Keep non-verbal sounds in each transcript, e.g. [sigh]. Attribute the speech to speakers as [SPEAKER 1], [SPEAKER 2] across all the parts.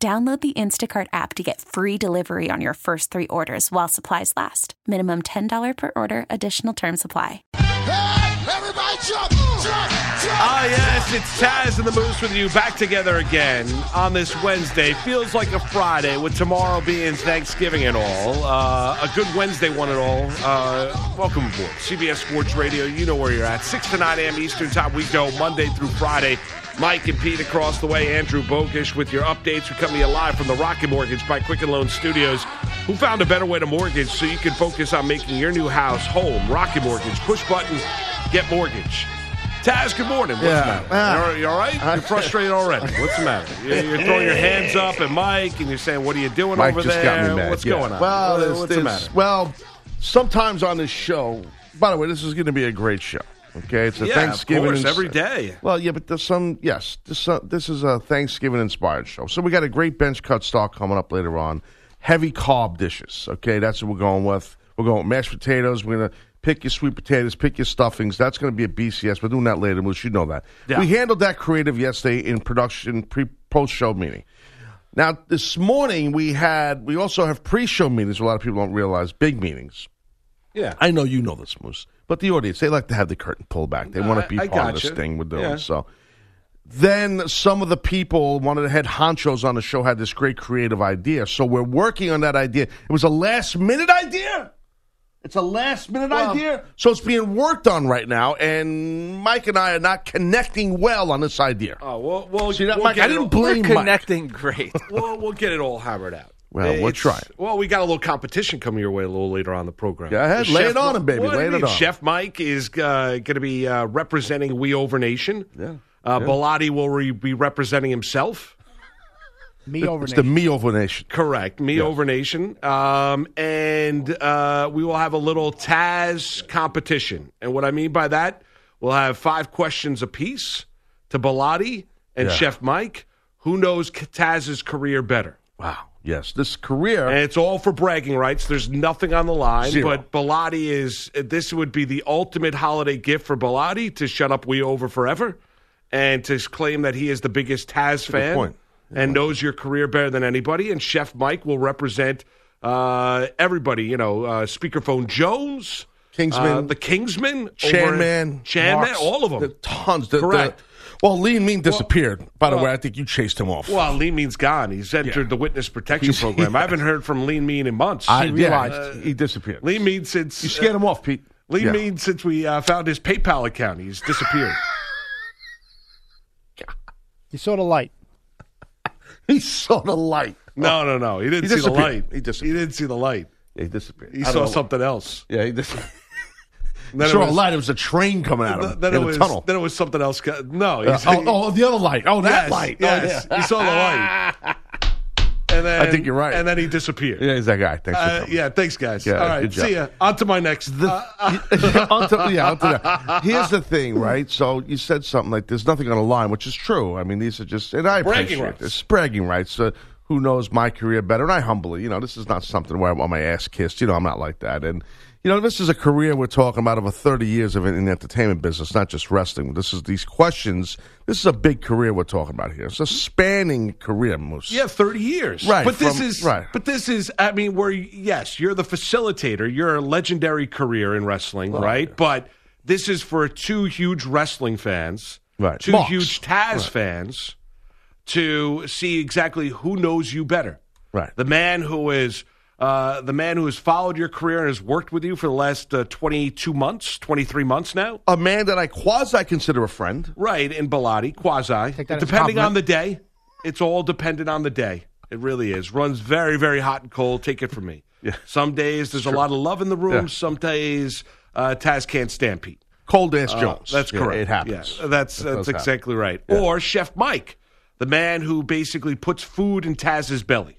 [SPEAKER 1] Download the Instacart app to get free delivery on your first three orders while supplies last. Minimum $10 per order, additional term supply.
[SPEAKER 2] Everybody jump, jump, jump.
[SPEAKER 3] Ah, yes, it's Taz and the Moose with you back together again on this Wednesday. Feels like a Friday with tomorrow being Thanksgiving and all. Uh, a good Wednesday, one and all. Uh, welcome aboard. CBS Sports Radio, you know where you're at. 6 to 9 a.m. Eastern Time, we go Monday through Friday. Mike and Pete across the way, Andrew Bogish with your updates. We come to you live from the Rocket Mortgage by Quicken Loan Studios, who found a better way to mortgage so you can focus on making your new house home. Rocket Mortgage, push button, get mortgage. Taz, good morning. What's
[SPEAKER 4] Yeah.
[SPEAKER 3] the
[SPEAKER 4] Ah.
[SPEAKER 3] matter? You're, you all right?
[SPEAKER 4] [laughs]
[SPEAKER 3] You're frustrated already. What's the matter? You're, you're throwing your hands up at Mike and you're saying, "What are you doing
[SPEAKER 4] Mike
[SPEAKER 3] over
[SPEAKER 4] just
[SPEAKER 3] there?
[SPEAKER 4] got me mad,
[SPEAKER 3] What's
[SPEAKER 4] yeah.
[SPEAKER 3] going on?
[SPEAKER 4] Well,
[SPEAKER 3] What-
[SPEAKER 4] there's-
[SPEAKER 3] what's the
[SPEAKER 4] there's-
[SPEAKER 3] matter?"
[SPEAKER 4] well, sometimes on this show. By the way, this is going to be a great show. Okay, it's a
[SPEAKER 3] yeah,
[SPEAKER 4] Thanksgiving.
[SPEAKER 3] of course,
[SPEAKER 4] ins-
[SPEAKER 3] every day.
[SPEAKER 4] Well, yeah, but there's some. Yes, this uh, this is a Thanksgiving inspired show. So we got a great bench cut stock coming up later on. Heavy carb dishes. Okay, that's what we're going with. We're going with mashed potatoes. We're gonna pick your sweet potatoes, pick your stuffings. That's gonna be a BCS. We're doing that later. We should know that.
[SPEAKER 3] Yeah.
[SPEAKER 4] We handled that creative yesterday in production pre post show meeting. Now this morning we had we also have pre show meetings. A lot of people don't realize big meetings.
[SPEAKER 3] Yeah.
[SPEAKER 4] I know you know this, Moose, but the audience they like to have the curtain pulled back. They want
[SPEAKER 3] I-
[SPEAKER 4] to be
[SPEAKER 3] I
[SPEAKER 4] part of
[SPEAKER 3] gotcha.
[SPEAKER 4] this thing we're doing.
[SPEAKER 3] Yeah.
[SPEAKER 4] So then some of the people, one of the head honchos on the show, had this great creative idea. So we're working on that idea. It was a last minute idea. It's a last minute idea. So it's being worked on right now, and Mike and I are not connecting well on this idea.
[SPEAKER 3] Oh, well, well,
[SPEAKER 4] See that,
[SPEAKER 3] we'll
[SPEAKER 4] Mike?
[SPEAKER 3] get
[SPEAKER 4] I
[SPEAKER 3] it
[SPEAKER 4] didn't
[SPEAKER 3] all-
[SPEAKER 4] blame Mike. [laughs]
[SPEAKER 5] great.
[SPEAKER 3] We'll, we'll get it all hammered out.
[SPEAKER 4] Well, we'll
[SPEAKER 3] It's-
[SPEAKER 4] try it.
[SPEAKER 3] Well, we got a little competition coming your way a little later on the program.
[SPEAKER 4] Go ahead,
[SPEAKER 3] The
[SPEAKER 4] lay
[SPEAKER 3] Chef
[SPEAKER 4] it on him, baby,
[SPEAKER 3] What do you
[SPEAKER 4] lay it
[SPEAKER 3] mean?
[SPEAKER 4] on.
[SPEAKER 3] Chef Mike is uh, going to be uh, representing We Over Nation.
[SPEAKER 4] Yeah.
[SPEAKER 3] Uh, Bilotti will re- be representing himself.
[SPEAKER 6] Me over
[SPEAKER 4] It's the
[SPEAKER 6] nation.
[SPEAKER 4] me over nation.
[SPEAKER 3] Correct. Me over nation. Um, and uh, we will have a little Taz competition. And what I mean by that, we'll have five questions apiece to Bilotti and
[SPEAKER 4] Yeah.
[SPEAKER 3] Chef Mike. Who knows Taz's career better?
[SPEAKER 4] Wow. Yes, this career.
[SPEAKER 3] And it's all for bragging rights. There's nothing on the line.
[SPEAKER 4] Zero.
[SPEAKER 3] But Bilotti is, this would be the ultimate holiday gift for Bilotti to shut up We Over Forever and to claim that he is the biggest Taz fan
[SPEAKER 4] point.
[SPEAKER 3] and knows your career better than anybody. And Chef Mike will represent uh, everybody, you know, uh, Speakerphone Jones,
[SPEAKER 4] Kingsman.
[SPEAKER 3] uh, the Kingsman, over-
[SPEAKER 4] Chanman,
[SPEAKER 3] Chanman,
[SPEAKER 4] Marks,
[SPEAKER 3] all of
[SPEAKER 4] the
[SPEAKER 3] them.
[SPEAKER 4] tons. The,
[SPEAKER 3] Correct.
[SPEAKER 4] The, well, Lean Mean disappeared. By the way, I think you chased him off.
[SPEAKER 3] Well, Lean Mean's gone. He's entered the witness protection
[SPEAKER 4] He's- [laughs]
[SPEAKER 3] program. I haven't heard from Lean Mean in months.
[SPEAKER 4] I
[SPEAKER 3] He-
[SPEAKER 4] realized he disappeared.
[SPEAKER 3] Lean Mean since uh,
[SPEAKER 4] you scared him off, Pete.
[SPEAKER 3] Lee
[SPEAKER 4] Yeah.
[SPEAKER 3] Mean, since we uh, found his PayPal account, he's
[SPEAKER 4] [laughs]
[SPEAKER 3] disappeared.
[SPEAKER 6] You saw the light.
[SPEAKER 4] [laughs] He saw the light.
[SPEAKER 3] no, no, no. He didn't
[SPEAKER 4] He
[SPEAKER 3] see the
[SPEAKER 4] disappeared.
[SPEAKER 3] light.
[SPEAKER 4] He disappeared.
[SPEAKER 3] didn't see the light.
[SPEAKER 4] Yeah, he disappeared.
[SPEAKER 3] He
[SPEAKER 4] I don't
[SPEAKER 3] saw
[SPEAKER 4] know.
[SPEAKER 3] something else.
[SPEAKER 4] Yeah,
[SPEAKER 3] [laughs]
[SPEAKER 4] he disappeared.
[SPEAKER 3] Then it
[SPEAKER 4] saw
[SPEAKER 3] was-
[SPEAKER 4] a light. It was a train coming out of him
[SPEAKER 3] Then
[SPEAKER 4] in
[SPEAKER 3] it
[SPEAKER 4] a
[SPEAKER 3] was.
[SPEAKER 4] tunnel.
[SPEAKER 3] Then it was something else. co- No.
[SPEAKER 4] Uh,
[SPEAKER 3] he's-
[SPEAKER 4] oh, oh, the other light. Oh, that
[SPEAKER 3] yes,
[SPEAKER 4] light. Oh,
[SPEAKER 3] Yes.
[SPEAKER 4] yeah.
[SPEAKER 3] He
[SPEAKER 4] [laughs]
[SPEAKER 3] saw the light. And then,
[SPEAKER 4] I think you're right.
[SPEAKER 3] And then he disappeared.
[SPEAKER 4] Yeah, he's that guy. Thanks for
[SPEAKER 3] Uh,
[SPEAKER 4] coming.
[SPEAKER 3] yeah. Thanks, guys.
[SPEAKER 4] Yeah,
[SPEAKER 3] All
[SPEAKER 4] good
[SPEAKER 3] right.
[SPEAKER 4] job.
[SPEAKER 3] See ya. On to my next. uh, uh,
[SPEAKER 4] [laughs] Onto- yeah, onto that. Here's the thing, right? So you said something like there's nothing on the line, which is true. I mean, these are just, and I
[SPEAKER 3] Bragging
[SPEAKER 4] appreciate
[SPEAKER 3] rights.
[SPEAKER 4] this. Bragging rights. Uh, who knows my career better? And I humbly, you know, this is not something where I want my ass kissed. You know, I'm not like that. And, you know, this is a career we're talking about over 30 years of it in the entertainment business, not just wrestling. This is these questions. This is a big career we're talking about here. It's a spanning career, Moose.
[SPEAKER 3] Yeah, thirty years.
[SPEAKER 4] Right,
[SPEAKER 3] But this
[SPEAKER 4] from-
[SPEAKER 3] is
[SPEAKER 4] right.
[SPEAKER 3] But this is. I mean, where yes, you're the facilitator. You're a legendary career in wrestling, right? But this is for two huge wrestling fans,
[SPEAKER 4] Right.
[SPEAKER 3] Two
[SPEAKER 4] Marks.
[SPEAKER 3] huge Taz fans to see exactly who knows you better.
[SPEAKER 4] Right.
[SPEAKER 3] The man who is. Uh, the man who has followed your career and has worked with you for the last uh, 22 months, 23 months now.
[SPEAKER 4] A man that I quasi consider a friend.
[SPEAKER 3] Right, in Bilotti, quasi.
[SPEAKER 6] Take that as a
[SPEAKER 3] Depending
[SPEAKER 6] compliment.
[SPEAKER 3] on the day. It's all dependent on the day. It really is. Runs very, very hot and cold. Take it from me.
[SPEAKER 4] [laughs] Yeah.
[SPEAKER 3] Some days there's a lot of love in the room.
[SPEAKER 4] Yeah.
[SPEAKER 3] Some days uh, Taz can't stand Pete.
[SPEAKER 4] Cold ass
[SPEAKER 3] Uh,
[SPEAKER 4] Jones.
[SPEAKER 3] That's
[SPEAKER 4] Yeah,
[SPEAKER 3] correct.
[SPEAKER 4] It happens.
[SPEAKER 3] Yeah, that's that's
[SPEAKER 4] It does happen.
[SPEAKER 3] exactly right. Or Chef Mike, the man who basically puts food in Taz's belly.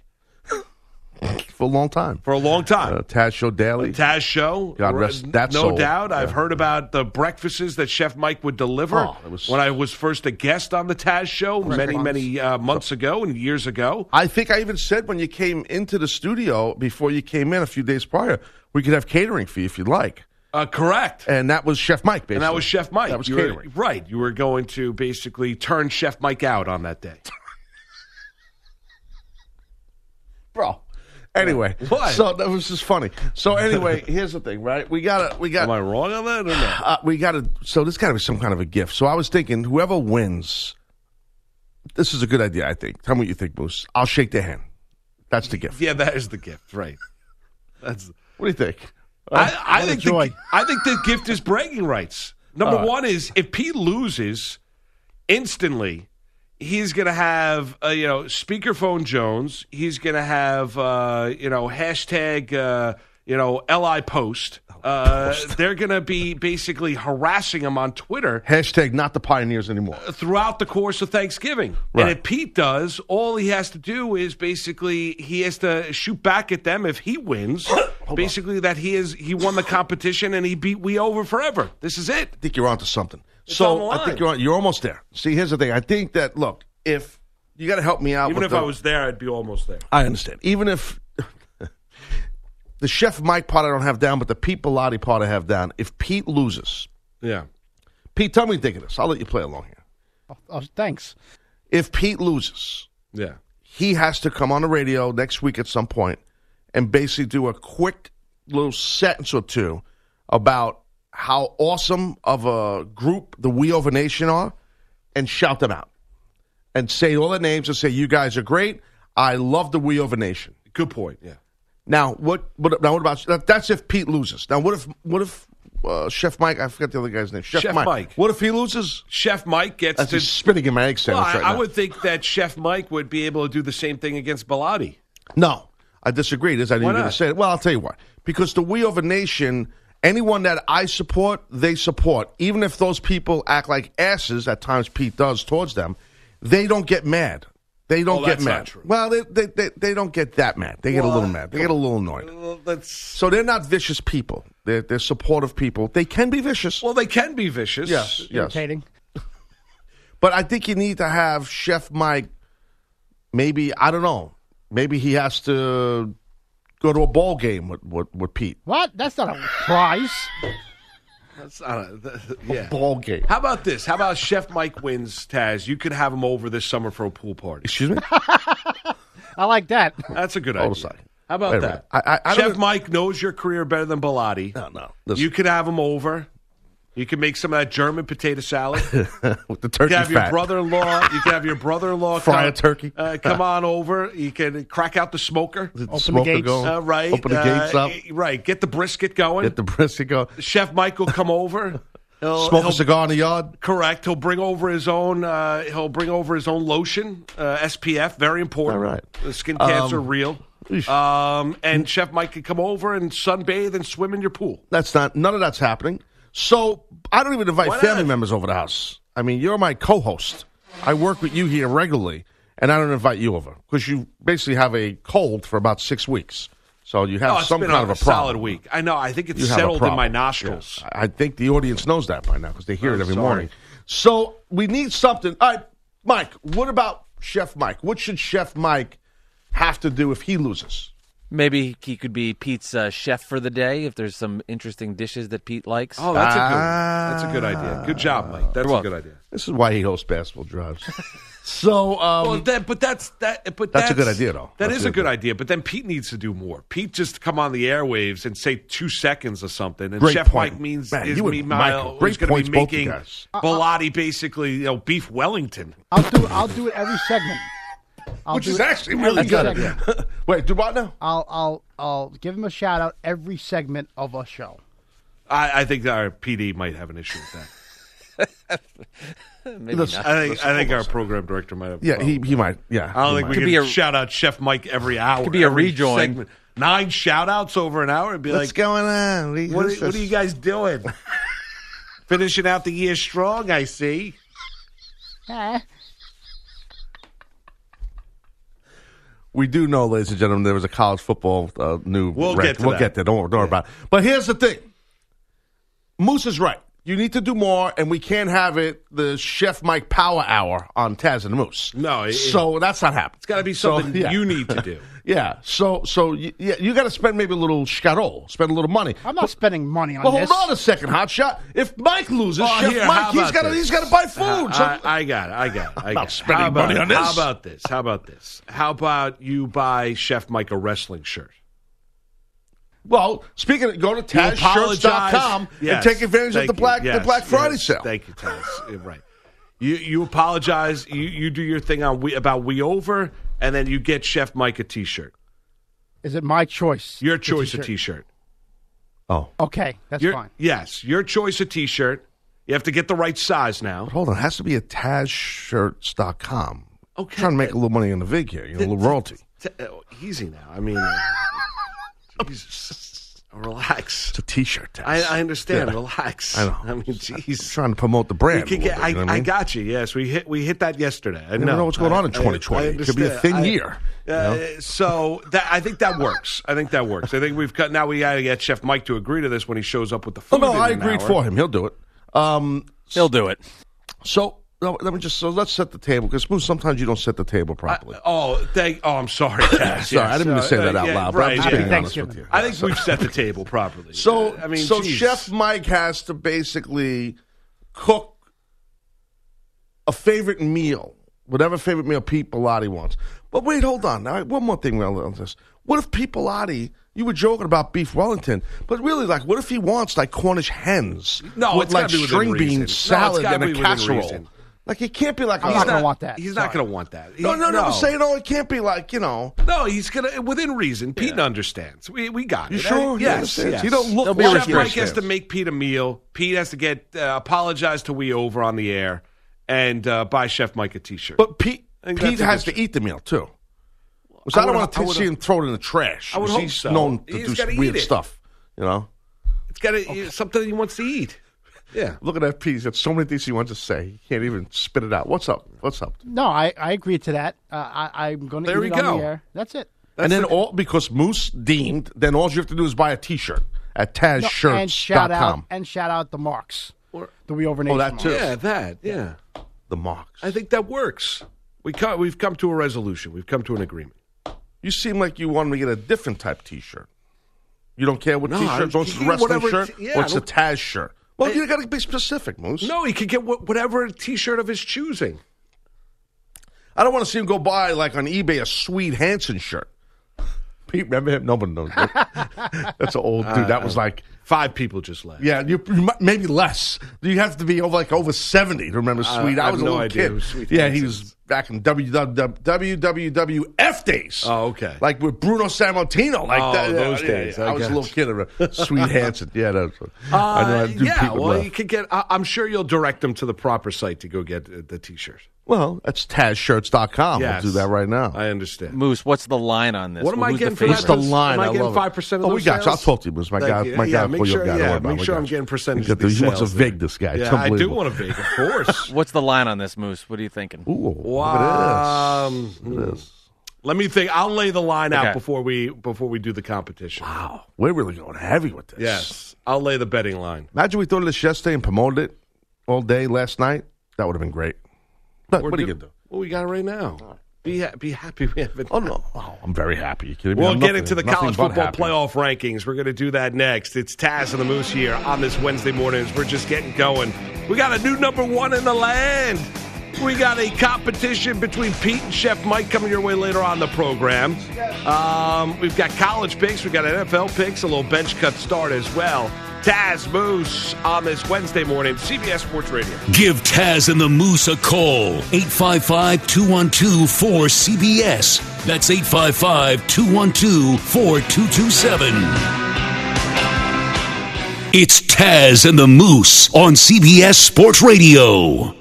[SPEAKER 4] for a long time.
[SPEAKER 3] for a long time.
[SPEAKER 4] Uh, Taz Show Daily.
[SPEAKER 3] Taz show.
[SPEAKER 4] God rest that
[SPEAKER 3] no
[SPEAKER 4] soul.
[SPEAKER 3] doubt. I've
[SPEAKER 4] Yeah.
[SPEAKER 3] heard about the breakfasts that Chef Mike would deliver
[SPEAKER 4] Oh, it was-
[SPEAKER 3] when I was first a guest on the Taz show many, many uh, months ago and years ago.
[SPEAKER 4] I think I even said when you came into the studio before you came in a few days prior, we could have catering for you if you'd like.
[SPEAKER 3] Uh, correct.
[SPEAKER 4] And that was Chef Mike, basically.
[SPEAKER 3] And that was Chef Mike.
[SPEAKER 4] That was
[SPEAKER 3] You were-
[SPEAKER 4] catering.
[SPEAKER 3] right. You were going to basically turn Chef Mike out on that day.
[SPEAKER 4] bro. Anyway,
[SPEAKER 3] [laughs] What?
[SPEAKER 4] so that was just funny. So anyway, [laughs] here's the thing, right? We gotta, we got,
[SPEAKER 3] Am I wrong on that or no?
[SPEAKER 4] [laughs] uh, we gotta. So this gotta be some kind of a gift. So I was thinking, whoever wins, this is a good idea. I think. Tell me what you think, Moose. I'll shake their hand. That's the gift.
[SPEAKER 3] Yeah, that is the gift. Right. That's.
[SPEAKER 4] What do you think?
[SPEAKER 3] I, I think the,
[SPEAKER 6] joy.
[SPEAKER 3] I think the gift is bragging rights. Number one is if Pete loses instantly, he's going to have uh, you know speakerphone Jones. He's going to have uh, you know hashtag uh, you know li post. Uh, they're going to be basically harassing him on Twitter
[SPEAKER 4] Hashtag not the pioneers anymore.
[SPEAKER 3] throughout the course of Thanksgiving.
[SPEAKER 4] Right.
[SPEAKER 3] And if Pete does, all he has to do is basically he has to shoot back at them if he wins. [coughs] basically, that he is he won the competition and he beat we over forever. This is it.
[SPEAKER 4] I think you're onto something.
[SPEAKER 3] on the
[SPEAKER 4] so
[SPEAKER 3] line.
[SPEAKER 4] I think you're on, you're almost there. See, here's the thing. I think that look, if you got to help me out,
[SPEAKER 3] Even
[SPEAKER 4] with
[SPEAKER 3] if
[SPEAKER 4] the-
[SPEAKER 3] I was there, I'd be almost there.
[SPEAKER 4] I understand. Even if [laughs] the chef Mike part I don't have down, but the Pete Bellotti part I have down. If Pete loses,
[SPEAKER 3] Yeah.
[SPEAKER 4] Pete, tell me what you think of this. I'll let you play along here.
[SPEAKER 6] Oh, thanks.
[SPEAKER 4] If Pete loses,
[SPEAKER 3] Yeah.
[SPEAKER 4] he has to come on the radio next week at some point and basically do a quick little sentence or two about how awesome of a group the We Over Nation are and shout them out and say all their names and say, You guys are great. I love the We Over Nation.
[SPEAKER 3] Good point. Yeah.
[SPEAKER 4] Now what? What now? What about that, that's if Pete loses? Now what if? What if uh, Chef Mike? I forget the other guy's name. Chef,
[SPEAKER 3] Chef
[SPEAKER 4] Mike.
[SPEAKER 3] Mike.
[SPEAKER 4] What if he loses?
[SPEAKER 3] Chef Mike gets
[SPEAKER 4] That's
[SPEAKER 3] to.
[SPEAKER 4] just spinning in my egg
[SPEAKER 3] Well,
[SPEAKER 4] sandwich
[SPEAKER 3] I,
[SPEAKER 4] right
[SPEAKER 3] I
[SPEAKER 4] now.
[SPEAKER 3] would think that Chef Mike would be able to do the same thing against Bellotti.
[SPEAKER 4] No, I disagree. This I didn't
[SPEAKER 3] Why
[SPEAKER 4] even
[SPEAKER 3] not?
[SPEAKER 4] say it. Well, I'll tell you why. Because the we of a nation, anyone that I support, they support. Even if those people act like asses at times, Pete does towards them. They don't get mad. They don't
[SPEAKER 3] Well,
[SPEAKER 4] get
[SPEAKER 3] Oh, that's
[SPEAKER 4] mad.
[SPEAKER 3] not true.
[SPEAKER 4] Well, they, they, they, they don't get that mad. They get a little mad. They get a little annoyed.
[SPEAKER 3] Well, that's
[SPEAKER 4] So they're not vicious people. They're, they're supportive people. They can be vicious.
[SPEAKER 3] well, they can be vicious.
[SPEAKER 4] Yes, yes.
[SPEAKER 6] Irritating.
[SPEAKER 4] [laughs] But I think you need to have Chef Mike. Maybe I don't know. Maybe he has to go to a ball game with with, with Pete.
[SPEAKER 6] What? That's not a prize.
[SPEAKER 3] That's not a, th- yeah.
[SPEAKER 4] Ball game.
[SPEAKER 3] How about this? How about Chef Mike wins, Taz? You could have him over this summer for a pool party.
[SPEAKER 4] Excuse me.
[SPEAKER 6] I like that.
[SPEAKER 3] That's a good
[SPEAKER 4] Hold a
[SPEAKER 3] idea.
[SPEAKER 4] second.
[SPEAKER 3] How about
[SPEAKER 4] Wait a minute.
[SPEAKER 3] that?
[SPEAKER 4] I- I- I
[SPEAKER 3] Chef
[SPEAKER 4] don't-
[SPEAKER 3] Mike knows your career better than Bellotti.
[SPEAKER 4] no, no. Listen,
[SPEAKER 3] You could have him over. You could make some of that German potato
[SPEAKER 4] [laughs]
[SPEAKER 3] salad. You
[SPEAKER 4] with the turkey
[SPEAKER 3] could have your
[SPEAKER 4] fat.
[SPEAKER 3] brother-in-law. You could have your brother-in-law
[SPEAKER 4] [laughs] Fry
[SPEAKER 3] come-
[SPEAKER 4] a turkey.
[SPEAKER 3] Uh, come on over. You can crack out the smoker.
[SPEAKER 4] Open
[SPEAKER 6] the gates.
[SPEAKER 3] Uh, right.
[SPEAKER 4] Open the
[SPEAKER 3] Uh,
[SPEAKER 4] gates up.
[SPEAKER 3] Right. Get the brisket going.
[SPEAKER 4] Get the brisket going.
[SPEAKER 3] Chef Mike will come
[SPEAKER 4] [laughs]
[SPEAKER 3] over. He'll-
[SPEAKER 4] Smoke
[SPEAKER 3] he'll-
[SPEAKER 4] a cigar in the yard.
[SPEAKER 3] Correct. He'll bring over his own. Uh, he'll bring over his own lotion, uh, SPF, very important.
[SPEAKER 4] All right.
[SPEAKER 3] The skin cancer, real.
[SPEAKER 4] Eesh.
[SPEAKER 3] Um, and Chef Mike could come over and sunbathe and swim in your pool.
[SPEAKER 4] That's not. None of that's happening. So I don't even invite
[SPEAKER 3] Why not?
[SPEAKER 4] family members over the house. I mean, you're my co-host. I work with you here regularly, and I don't invite you over because you basically have a cold for about six weeks. So you have
[SPEAKER 3] Oh, it's
[SPEAKER 4] some
[SPEAKER 3] been
[SPEAKER 4] kind
[SPEAKER 3] a,
[SPEAKER 4] of a problem.
[SPEAKER 3] solid week. I know. I think it's
[SPEAKER 4] You have a
[SPEAKER 3] settled in my
[SPEAKER 4] problem.
[SPEAKER 3] nostrils.
[SPEAKER 4] I I think the audience knows that by now because they hear
[SPEAKER 3] I'm
[SPEAKER 4] it every
[SPEAKER 3] sorry.
[SPEAKER 4] morning. So we need something. All right, Mike. What about Chef Mike? What should Chef Mike have to do if he loses?
[SPEAKER 5] Maybe he could be Pete's uh, chef for the day if there's some interesting dishes that Pete likes.
[SPEAKER 3] Oh, that's a good. That's a good idea. Good
[SPEAKER 4] Ah.
[SPEAKER 3] job, Mike. That's a
[SPEAKER 5] welcome.
[SPEAKER 3] good idea.
[SPEAKER 4] This is why he hosts basketball drives. [laughs] so um,
[SPEAKER 3] Well, that, but that's that. But
[SPEAKER 4] That's a good idea, though.
[SPEAKER 3] That
[SPEAKER 4] That's
[SPEAKER 3] is
[SPEAKER 4] a
[SPEAKER 3] a
[SPEAKER 4] good
[SPEAKER 3] good idea. But then Pete needs to do more. Pete just come on the airwaves and say two seconds or something. And
[SPEAKER 4] Great
[SPEAKER 3] Chef
[SPEAKER 4] point.
[SPEAKER 3] Mike means
[SPEAKER 4] Man,
[SPEAKER 3] is
[SPEAKER 4] you and
[SPEAKER 3] me
[SPEAKER 4] Michael,
[SPEAKER 3] who's going
[SPEAKER 4] great
[SPEAKER 3] to
[SPEAKER 4] points,
[SPEAKER 3] be
[SPEAKER 4] both you
[SPEAKER 3] making
[SPEAKER 4] guys.
[SPEAKER 3] Bilotti basically you know beef Wellington.
[SPEAKER 6] I'll do. I'll do it every segment. I'll
[SPEAKER 4] which
[SPEAKER 6] do
[SPEAKER 4] is
[SPEAKER 6] it
[SPEAKER 4] actually really
[SPEAKER 6] every
[SPEAKER 4] good.
[SPEAKER 6] segment.
[SPEAKER 4] Wait, do what now?
[SPEAKER 6] I'll. I'll. I'll give him a shout out every segment of a show.
[SPEAKER 3] I, I think our PD might have an issue with that.
[SPEAKER 4] [laughs]
[SPEAKER 5] Maybe
[SPEAKER 4] Listen,
[SPEAKER 5] not.
[SPEAKER 3] I think I think our program director might have. a
[SPEAKER 4] [laughs] Yeah,
[SPEAKER 3] problem.
[SPEAKER 4] he, he might. Yeah,
[SPEAKER 3] I don't
[SPEAKER 4] he
[SPEAKER 3] think
[SPEAKER 4] might.
[SPEAKER 3] we can [laughs]
[SPEAKER 5] be a-
[SPEAKER 3] shout out Chef Mike every hour.
[SPEAKER 5] could be a
[SPEAKER 3] every
[SPEAKER 5] rejoin.
[SPEAKER 3] segment. Nine shout outs over an hour and be
[SPEAKER 4] What's
[SPEAKER 3] like,
[SPEAKER 4] going on? Who's
[SPEAKER 3] what,
[SPEAKER 4] this?
[SPEAKER 3] what are you guys
[SPEAKER 4] [laughs]
[SPEAKER 3] doing? Finishing out the year strong, I see.
[SPEAKER 4] We do know, ladies and gentlemen, there was a college football uh, new.
[SPEAKER 3] We'll
[SPEAKER 4] rank.
[SPEAKER 3] get to
[SPEAKER 4] we'll
[SPEAKER 3] that.
[SPEAKER 4] get there. Don't worry, don't worry about it. But here's the thing: Moose is right. You need to do more, and we can't have it the Chef Mike Power Hour on Taz and Moose.
[SPEAKER 3] No, it-
[SPEAKER 4] so that's not happening. It's
[SPEAKER 3] got to be something you need to [laughs] do.
[SPEAKER 4] Yeah. So so y- yeah, you got to spend maybe a little schcarol, spend a little money.
[SPEAKER 6] I'm not spending money on
[SPEAKER 4] Well,
[SPEAKER 6] this.
[SPEAKER 4] hold on a second, Hot Shot. If Mike loses,
[SPEAKER 3] Oh,
[SPEAKER 4] Chef
[SPEAKER 3] here, how
[SPEAKER 4] Mike, he's
[SPEAKER 3] about
[SPEAKER 4] got to
[SPEAKER 3] this? Uh,
[SPEAKER 4] he's got to buy food. So-
[SPEAKER 3] I, I got it. I got it. [laughs] I got it.
[SPEAKER 4] spending
[SPEAKER 3] how about,
[SPEAKER 4] money on this.
[SPEAKER 3] How about this? How about this? How about you buy Chef Mike a wrestling shirt?
[SPEAKER 4] well, speaking, of, go to
[SPEAKER 3] You
[SPEAKER 4] TazShirts.com
[SPEAKER 3] Yes.
[SPEAKER 4] and take advantage
[SPEAKER 3] Thank
[SPEAKER 4] of the
[SPEAKER 3] you.
[SPEAKER 4] Black
[SPEAKER 3] Yes.
[SPEAKER 4] the Black Friday
[SPEAKER 3] Yes.
[SPEAKER 4] sale.
[SPEAKER 3] Thank you, Taz. You're right. You you apologize. You you do your thing on we about we over, and then you get Chef Mike a T-shirt.
[SPEAKER 6] Is it my choice?
[SPEAKER 3] Your
[SPEAKER 6] The
[SPEAKER 3] choice
[SPEAKER 6] t-shirt?
[SPEAKER 3] of T-shirt.
[SPEAKER 4] oh,
[SPEAKER 6] Okay, that's
[SPEAKER 3] Your-
[SPEAKER 6] fine.
[SPEAKER 3] Yes, your choice of T-shirt. You have to get the right size now.
[SPEAKER 4] hold on, it has to be at TazShirts.com.
[SPEAKER 3] Okay.
[SPEAKER 4] trying to make a little money in the vig here, you know, a little royalty.
[SPEAKER 3] T- oh, easy now. I mean, uh,
[SPEAKER 4] [laughs]
[SPEAKER 3] Jesus, relax.
[SPEAKER 4] It's a T-shirt. Taz.
[SPEAKER 3] I, I understand.
[SPEAKER 4] Yeah.
[SPEAKER 3] Relax.
[SPEAKER 4] I know.
[SPEAKER 3] I mean,
[SPEAKER 4] I'm
[SPEAKER 3] jeez.
[SPEAKER 4] trying to promote the brand.
[SPEAKER 3] We could
[SPEAKER 4] a
[SPEAKER 3] get-
[SPEAKER 4] little bit,
[SPEAKER 3] I,
[SPEAKER 4] you know what
[SPEAKER 3] I
[SPEAKER 4] mean?
[SPEAKER 3] got you. Yes, we hit we hit that yesterday. I
[SPEAKER 4] never know what's going on in
[SPEAKER 3] I-
[SPEAKER 4] 2020.
[SPEAKER 3] I
[SPEAKER 4] It could be a
[SPEAKER 3] understand.
[SPEAKER 4] thin
[SPEAKER 3] I-
[SPEAKER 4] year, you
[SPEAKER 3] uh,
[SPEAKER 4] know?
[SPEAKER 3] So that I think that works. I think that works. I think we've cut. Now we got to get Chef Mike to agree to this when he shows up with the
[SPEAKER 4] Oh,
[SPEAKER 3] food.
[SPEAKER 4] no,
[SPEAKER 3] in
[SPEAKER 4] I
[SPEAKER 3] an
[SPEAKER 4] agreed
[SPEAKER 3] hour.
[SPEAKER 4] for him. He'll do it. Um,
[SPEAKER 5] He'll do it.
[SPEAKER 4] so no, let me just so let's set the table because sometimes you don't set the table properly.
[SPEAKER 3] Oh, thank. Oh, I'm sorry. Taz.
[SPEAKER 4] [coughs] Sorry, I
[SPEAKER 3] Yes.
[SPEAKER 4] didn't mean to say
[SPEAKER 3] Uh,
[SPEAKER 4] that out
[SPEAKER 3] yeah,
[SPEAKER 4] loud, but I'm
[SPEAKER 3] Right,
[SPEAKER 4] just
[SPEAKER 3] yeah.
[SPEAKER 4] being honest
[SPEAKER 6] Thanksgiving.
[SPEAKER 4] with you.
[SPEAKER 3] I think we've set the table properly.
[SPEAKER 4] So
[SPEAKER 3] Uh, I mean,
[SPEAKER 4] so
[SPEAKER 3] geez.
[SPEAKER 4] Chef Mike has to basically cook a favorite meal, whatever favorite meal Pete Pilati wants. But wait, hold on. All right, one more thing on this. What if Pete Pilati? You were joking about beef Wellington, but really, like, what if he wants like Cornish hens?
[SPEAKER 3] No,
[SPEAKER 4] with
[SPEAKER 3] it's gotta
[SPEAKER 4] like
[SPEAKER 3] be within
[SPEAKER 4] string
[SPEAKER 3] reason. No,
[SPEAKER 4] bean
[SPEAKER 3] it's
[SPEAKER 4] salad
[SPEAKER 3] gotta
[SPEAKER 4] and
[SPEAKER 3] be
[SPEAKER 4] a
[SPEAKER 3] within
[SPEAKER 4] casserole.
[SPEAKER 3] reason.
[SPEAKER 4] Like, it can't be like
[SPEAKER 6] I'm
[SPEAKER 4] a-
[SPEAKER 6] not gonna want that.
[SPEAKER 3] He's not
[SPEAKER 6] Sorry.
[SPEAKER 3] going to want that.
[SPEAKER 4] No,
[SPEAKER 3] He-
[SPEAKER 4] no, no. I'm saying, oh, it can't be like you know.
[SPEAKER 3] No, he's gonna within reason. Pete understands. We we got
[SPEAKER 4] You
[SPEAKER 3] it.
[SPEAKER 4] sure?
[SPEAKER 3] I-
[SPEAKER 4] He
[SPEAKER 3] yes,
[SPEAKER 4] understands.
[SPEAKER 3] yes.
[SPEAKER 4] He don't look
[SPEAKER 5] There'll be
[SPEAKER 3] Well,
[SPEAKER 5] a
[SPEAKER 3] Chef Mike
[SPEAKER 5] response.
[SPEAKER 3] has to make Pete a meal. Pete has to get uh, apologize to we over on the air and uh, buy Chef Mike a T-shirt.
[SPEAKER 4] But Pete,
[SPEAKER 3] I think
[SPEAKER 4] Pete
[SPEAKER 3] that's a
[SPEAKER 4] has
[SPEAKER 3] good-
[SPEAKER 4] to eat the meal too. So I, don't
[SPEAKER 3] would-
[SPEAKER 4] want
[SPEAKER 3] I
[SPEAKER 4] to
[SPEAKER 3] would-
[SPEAKER 4] see him throw it in the trash.
[SPEAKER 3] I would
[SPEAKER 4] 'cause
[SPEAKER 3] hope
[SPEAKER 4] he's
[SPEAKER 3] so.
[SPEAKER 4] known to
[SPEAKER 3] He's
[SPEAKER 4] do
[SPEAKER 3] gotta
[SPEAKER 4] some
[SPEAKER 3] eat
[SPEAKER 4] weird
[SPEAKER 3] it.
[SPEAKER 4] stuff. You know,
[SPEAKER 3] it's got to something he wants to eat. Yeah.
[SPEAKER 4] look at that Pete. He's got so many things he wants to say. He can't even spit it out. What's up? What's up?
[SPEAKER 6] No, I, I agree to that. Uh, I, I'm going to
[SPEAKER 3] There
[SPEAKER 6] eat
[SPEAKER 3] we
[SPEAKER 6] it on
[SPEAKER 3] go.
[SPEAKER 6] the air. That's it.
[SPEAKER 4] and then all because Moose deemed, then all you have to do is buy a T-shirt at
[SPEAKER 6] No, and shout out
[SPEAKER 4] TazShirts.com.
[SPEAKER 6] and shout out the marks.
[SPEAKER 3] Or-
[SPEAKER 6] the We Over Nation
[SPEAKER 4] Oh, that
[SPEAKER 6] marks.
[SPEAKER 4] too.
[SPEAKER 3] Yeah, that. Yeah.
[SPEAKER 4] The marks.
[SPEAKER 3] I think that works. We co- we've come to a resolution. We've come to an agreement.
[SPEAKER 4] You seem like you want to get a different type T-shirt. You don't care what
[SPEAKER 3] No, I-
[SPEAKER 4] T-shirt. What's
[SPEAKER 3] you
[SPEAKER 4] the [laughs]
[SPEAKER 3] get
[SPEAKER 4] wrestling
[SPEAKER 3] whatever
[SPEAKER 4] shirt?
[SPEAKER 3] t- yeah, I
[SPEAKER 4] what's the
[SPEAKER 3] don't-
[SPEAKER 4] Taz shirt? Well, you got to be specific, Moose.
[SPEAKER 3] No, he could get wh- whatever T-shirt of his choosing.
[SPEAKER 4] I don't want to see him go buy like on eBay a sweet Hanson shirt. Pete, remember him? Nobody knows. [laughs] that. That's an old dude. That was like,
[SPEAKER 3] Five people just left.
[SPEAKER 4] yeah, you, you might- maybe less. You have to be over like over seventy to remember sweet.
[SPEAKER 3] Uh, I
[SPEAKER 4] I,
[SPEAKER 3] have
[SPEAKER 4] was
[SPEAKER 3] no
[SPEAKER 4] a little
[SPEAKER 3] idea
[SPEAKER 4] kid.
[SPEAKER 3] who Sweet
[SPEAKER 4] yeah, he
[SPEAKER 3] Hansen
[SPEAKER 4] was back in WWWF days.
[SPEAKER 3] Oh, okay.
[SPEAKER 4] Like with Bruno Sammartino. Like
[SPEAKER 3] Oh,
[SPEAKER 4] that, yeah,
[SPEAKER 3] those
[SPEAKER 4] yeah,
[SPEAKER 3] days.
[SPEAKER 4] yeah. I,
[SPEAKER 3] I
[SPEAKER 4] was a
[SPEAKER 3] got
[SPEAKER 4] little kid.
[SPEAKER 3] [laughs]
[SPEAKER 4] around- Sweet Hanson. Yeah, that's.
[SPEAKER 3] Uh,
[SPEAKER 4] I know. that dude
[SPEAKER 3] yeah,
[SPEAKER 4] Pete would
[SPEAKER 3] well,
[SPEAKER 4] love.
[SPEAKER 3] you could get. I, I'm sure you'll direct them to the proper site to go get uh, the T-shirt.
[SPEAKER 4] well, that's TazShirts.com.
[SPEAKER 3] Yes.
[SPEAKER 4] We'll do that right now.
[SPEAKER 3] I understand.
[SPEAKER 5] Moose, what's the line on this?
[SPEAKER 3] What am I
[SPEAKER 5] Who's
[SPEAKER 3] getting for
[SPEAKER 5] the
[SPEAKER 3] that
[SPEAKER 4] What's
[SPEAKER 5] favorite?
[SPEAKER 4] the
[SPEAKER 3] Am I
[SPEAKER 4] line? I
[SPEAKER 3] getting
[SPEAKER 4] love it.
[SPEAKER 3] 5% of
[SPEAKER 4] Oh, we
[SPEAKER 3] those
[SPEAKER 4] got you. I'll
[SPEAKER 3] sales?
[SPEAKER 4] talk to you, Moose. My
[SPEAKER 3] Thank
[SPEAKER 4] guy,
[SPEAKER 3] you.
[SPEAKER 4] my
[SPEAKER 3] Yeah,
[SPEAKER 4] guy,
[SPEAKER 3] make
[SPEAKER 4] pull you
[SPEAKER 3] sure-
[SPEAKER 4] up, guy. Don't
[SPEAKER 3] yeah,
[SPEAKER 4] worry about it.
[SPEAKER 3] make
[SPEAKER 4] We
[SPEAKER 3] sure
[SPEAKER 4] got
[SPEAKER 3] I'm
[SPEAKER 4] you.
[SPEAKER 3] getting percentage
[SPEAKER 4] We
[SPEAKER 3] of
[SPEAKER 4] got
[SPEAKER 3] these
[SPEAKER 4] He wants a
[SPEAKER 3] sales.
[SPEAKER 4] vig. This guy. It's
[SPEAKER 3] Yeah, I do
[SPEAKER 4] unbelievable.
[SPEAKER 3] want a Vegas, of
[SPEAKER 4] [laughs]
[SPEAKER 3] course.
[SPEAKER 5] What's the line on this, Moose? What do you thinking?
[SPEAKER 4] Ooh, look
[SPEAKER 3] Um,
[SPEAKER 4] at this. Look at this.
[SPEAKER 3] let me think. I'll lay the line out
[SPEAKER 5] Okay.
[SPEAKER 3] before we before we do the competition.
[SPEAKER 4] Wow, we're really going heavy with this.
[SPEAKER 3] Yes, I'll lay the betting line.
[SPEAKER 4] Imagine we thought of this yesterday and promoted it all day last night. That would have been great. But
[SPEAKER 3] We're
[SPEAKER 4] what are you
[SPEAKER 3] good-
[SPEAKER 4] gonna do?
[SPEAKER 3] Well, we got it right now. Be ha- be happy we have it.
[SPEAKER 4] Oh no! Oh, I'm very happy. You kidding me?
[SPEAKER 3] We'll
[SPEAKER 4] I'm
[SPEAKER 3] get
[SPEAKER 4] nothing-
[SPEAKER 3] into the
[SPEAKER 4] nothing
[SPEAKER 3] college
[SPEAKER 4] but
[SPEAKER 3] football
[SPEAKER 4] happy.
[SPEAKER 3] playoff rankings. We're going to do that next. It's Taz and the Moose here on this Wednesday morning as we're just getting going. We got a new number one in the land. We got a competition between Pete and Chef Mike coming your way later on the program. Um, we've got college picks, we've got NFL picks, a little bench cut start as well. Taz Moose on this Wednesday morning, CBS Sports Radio.
[SPEAKER 7] Give Taz and the Moose a call. 855 212 4CBS. That's 855 212 4227. It's Taz and the Moose on CBS Sports Radio.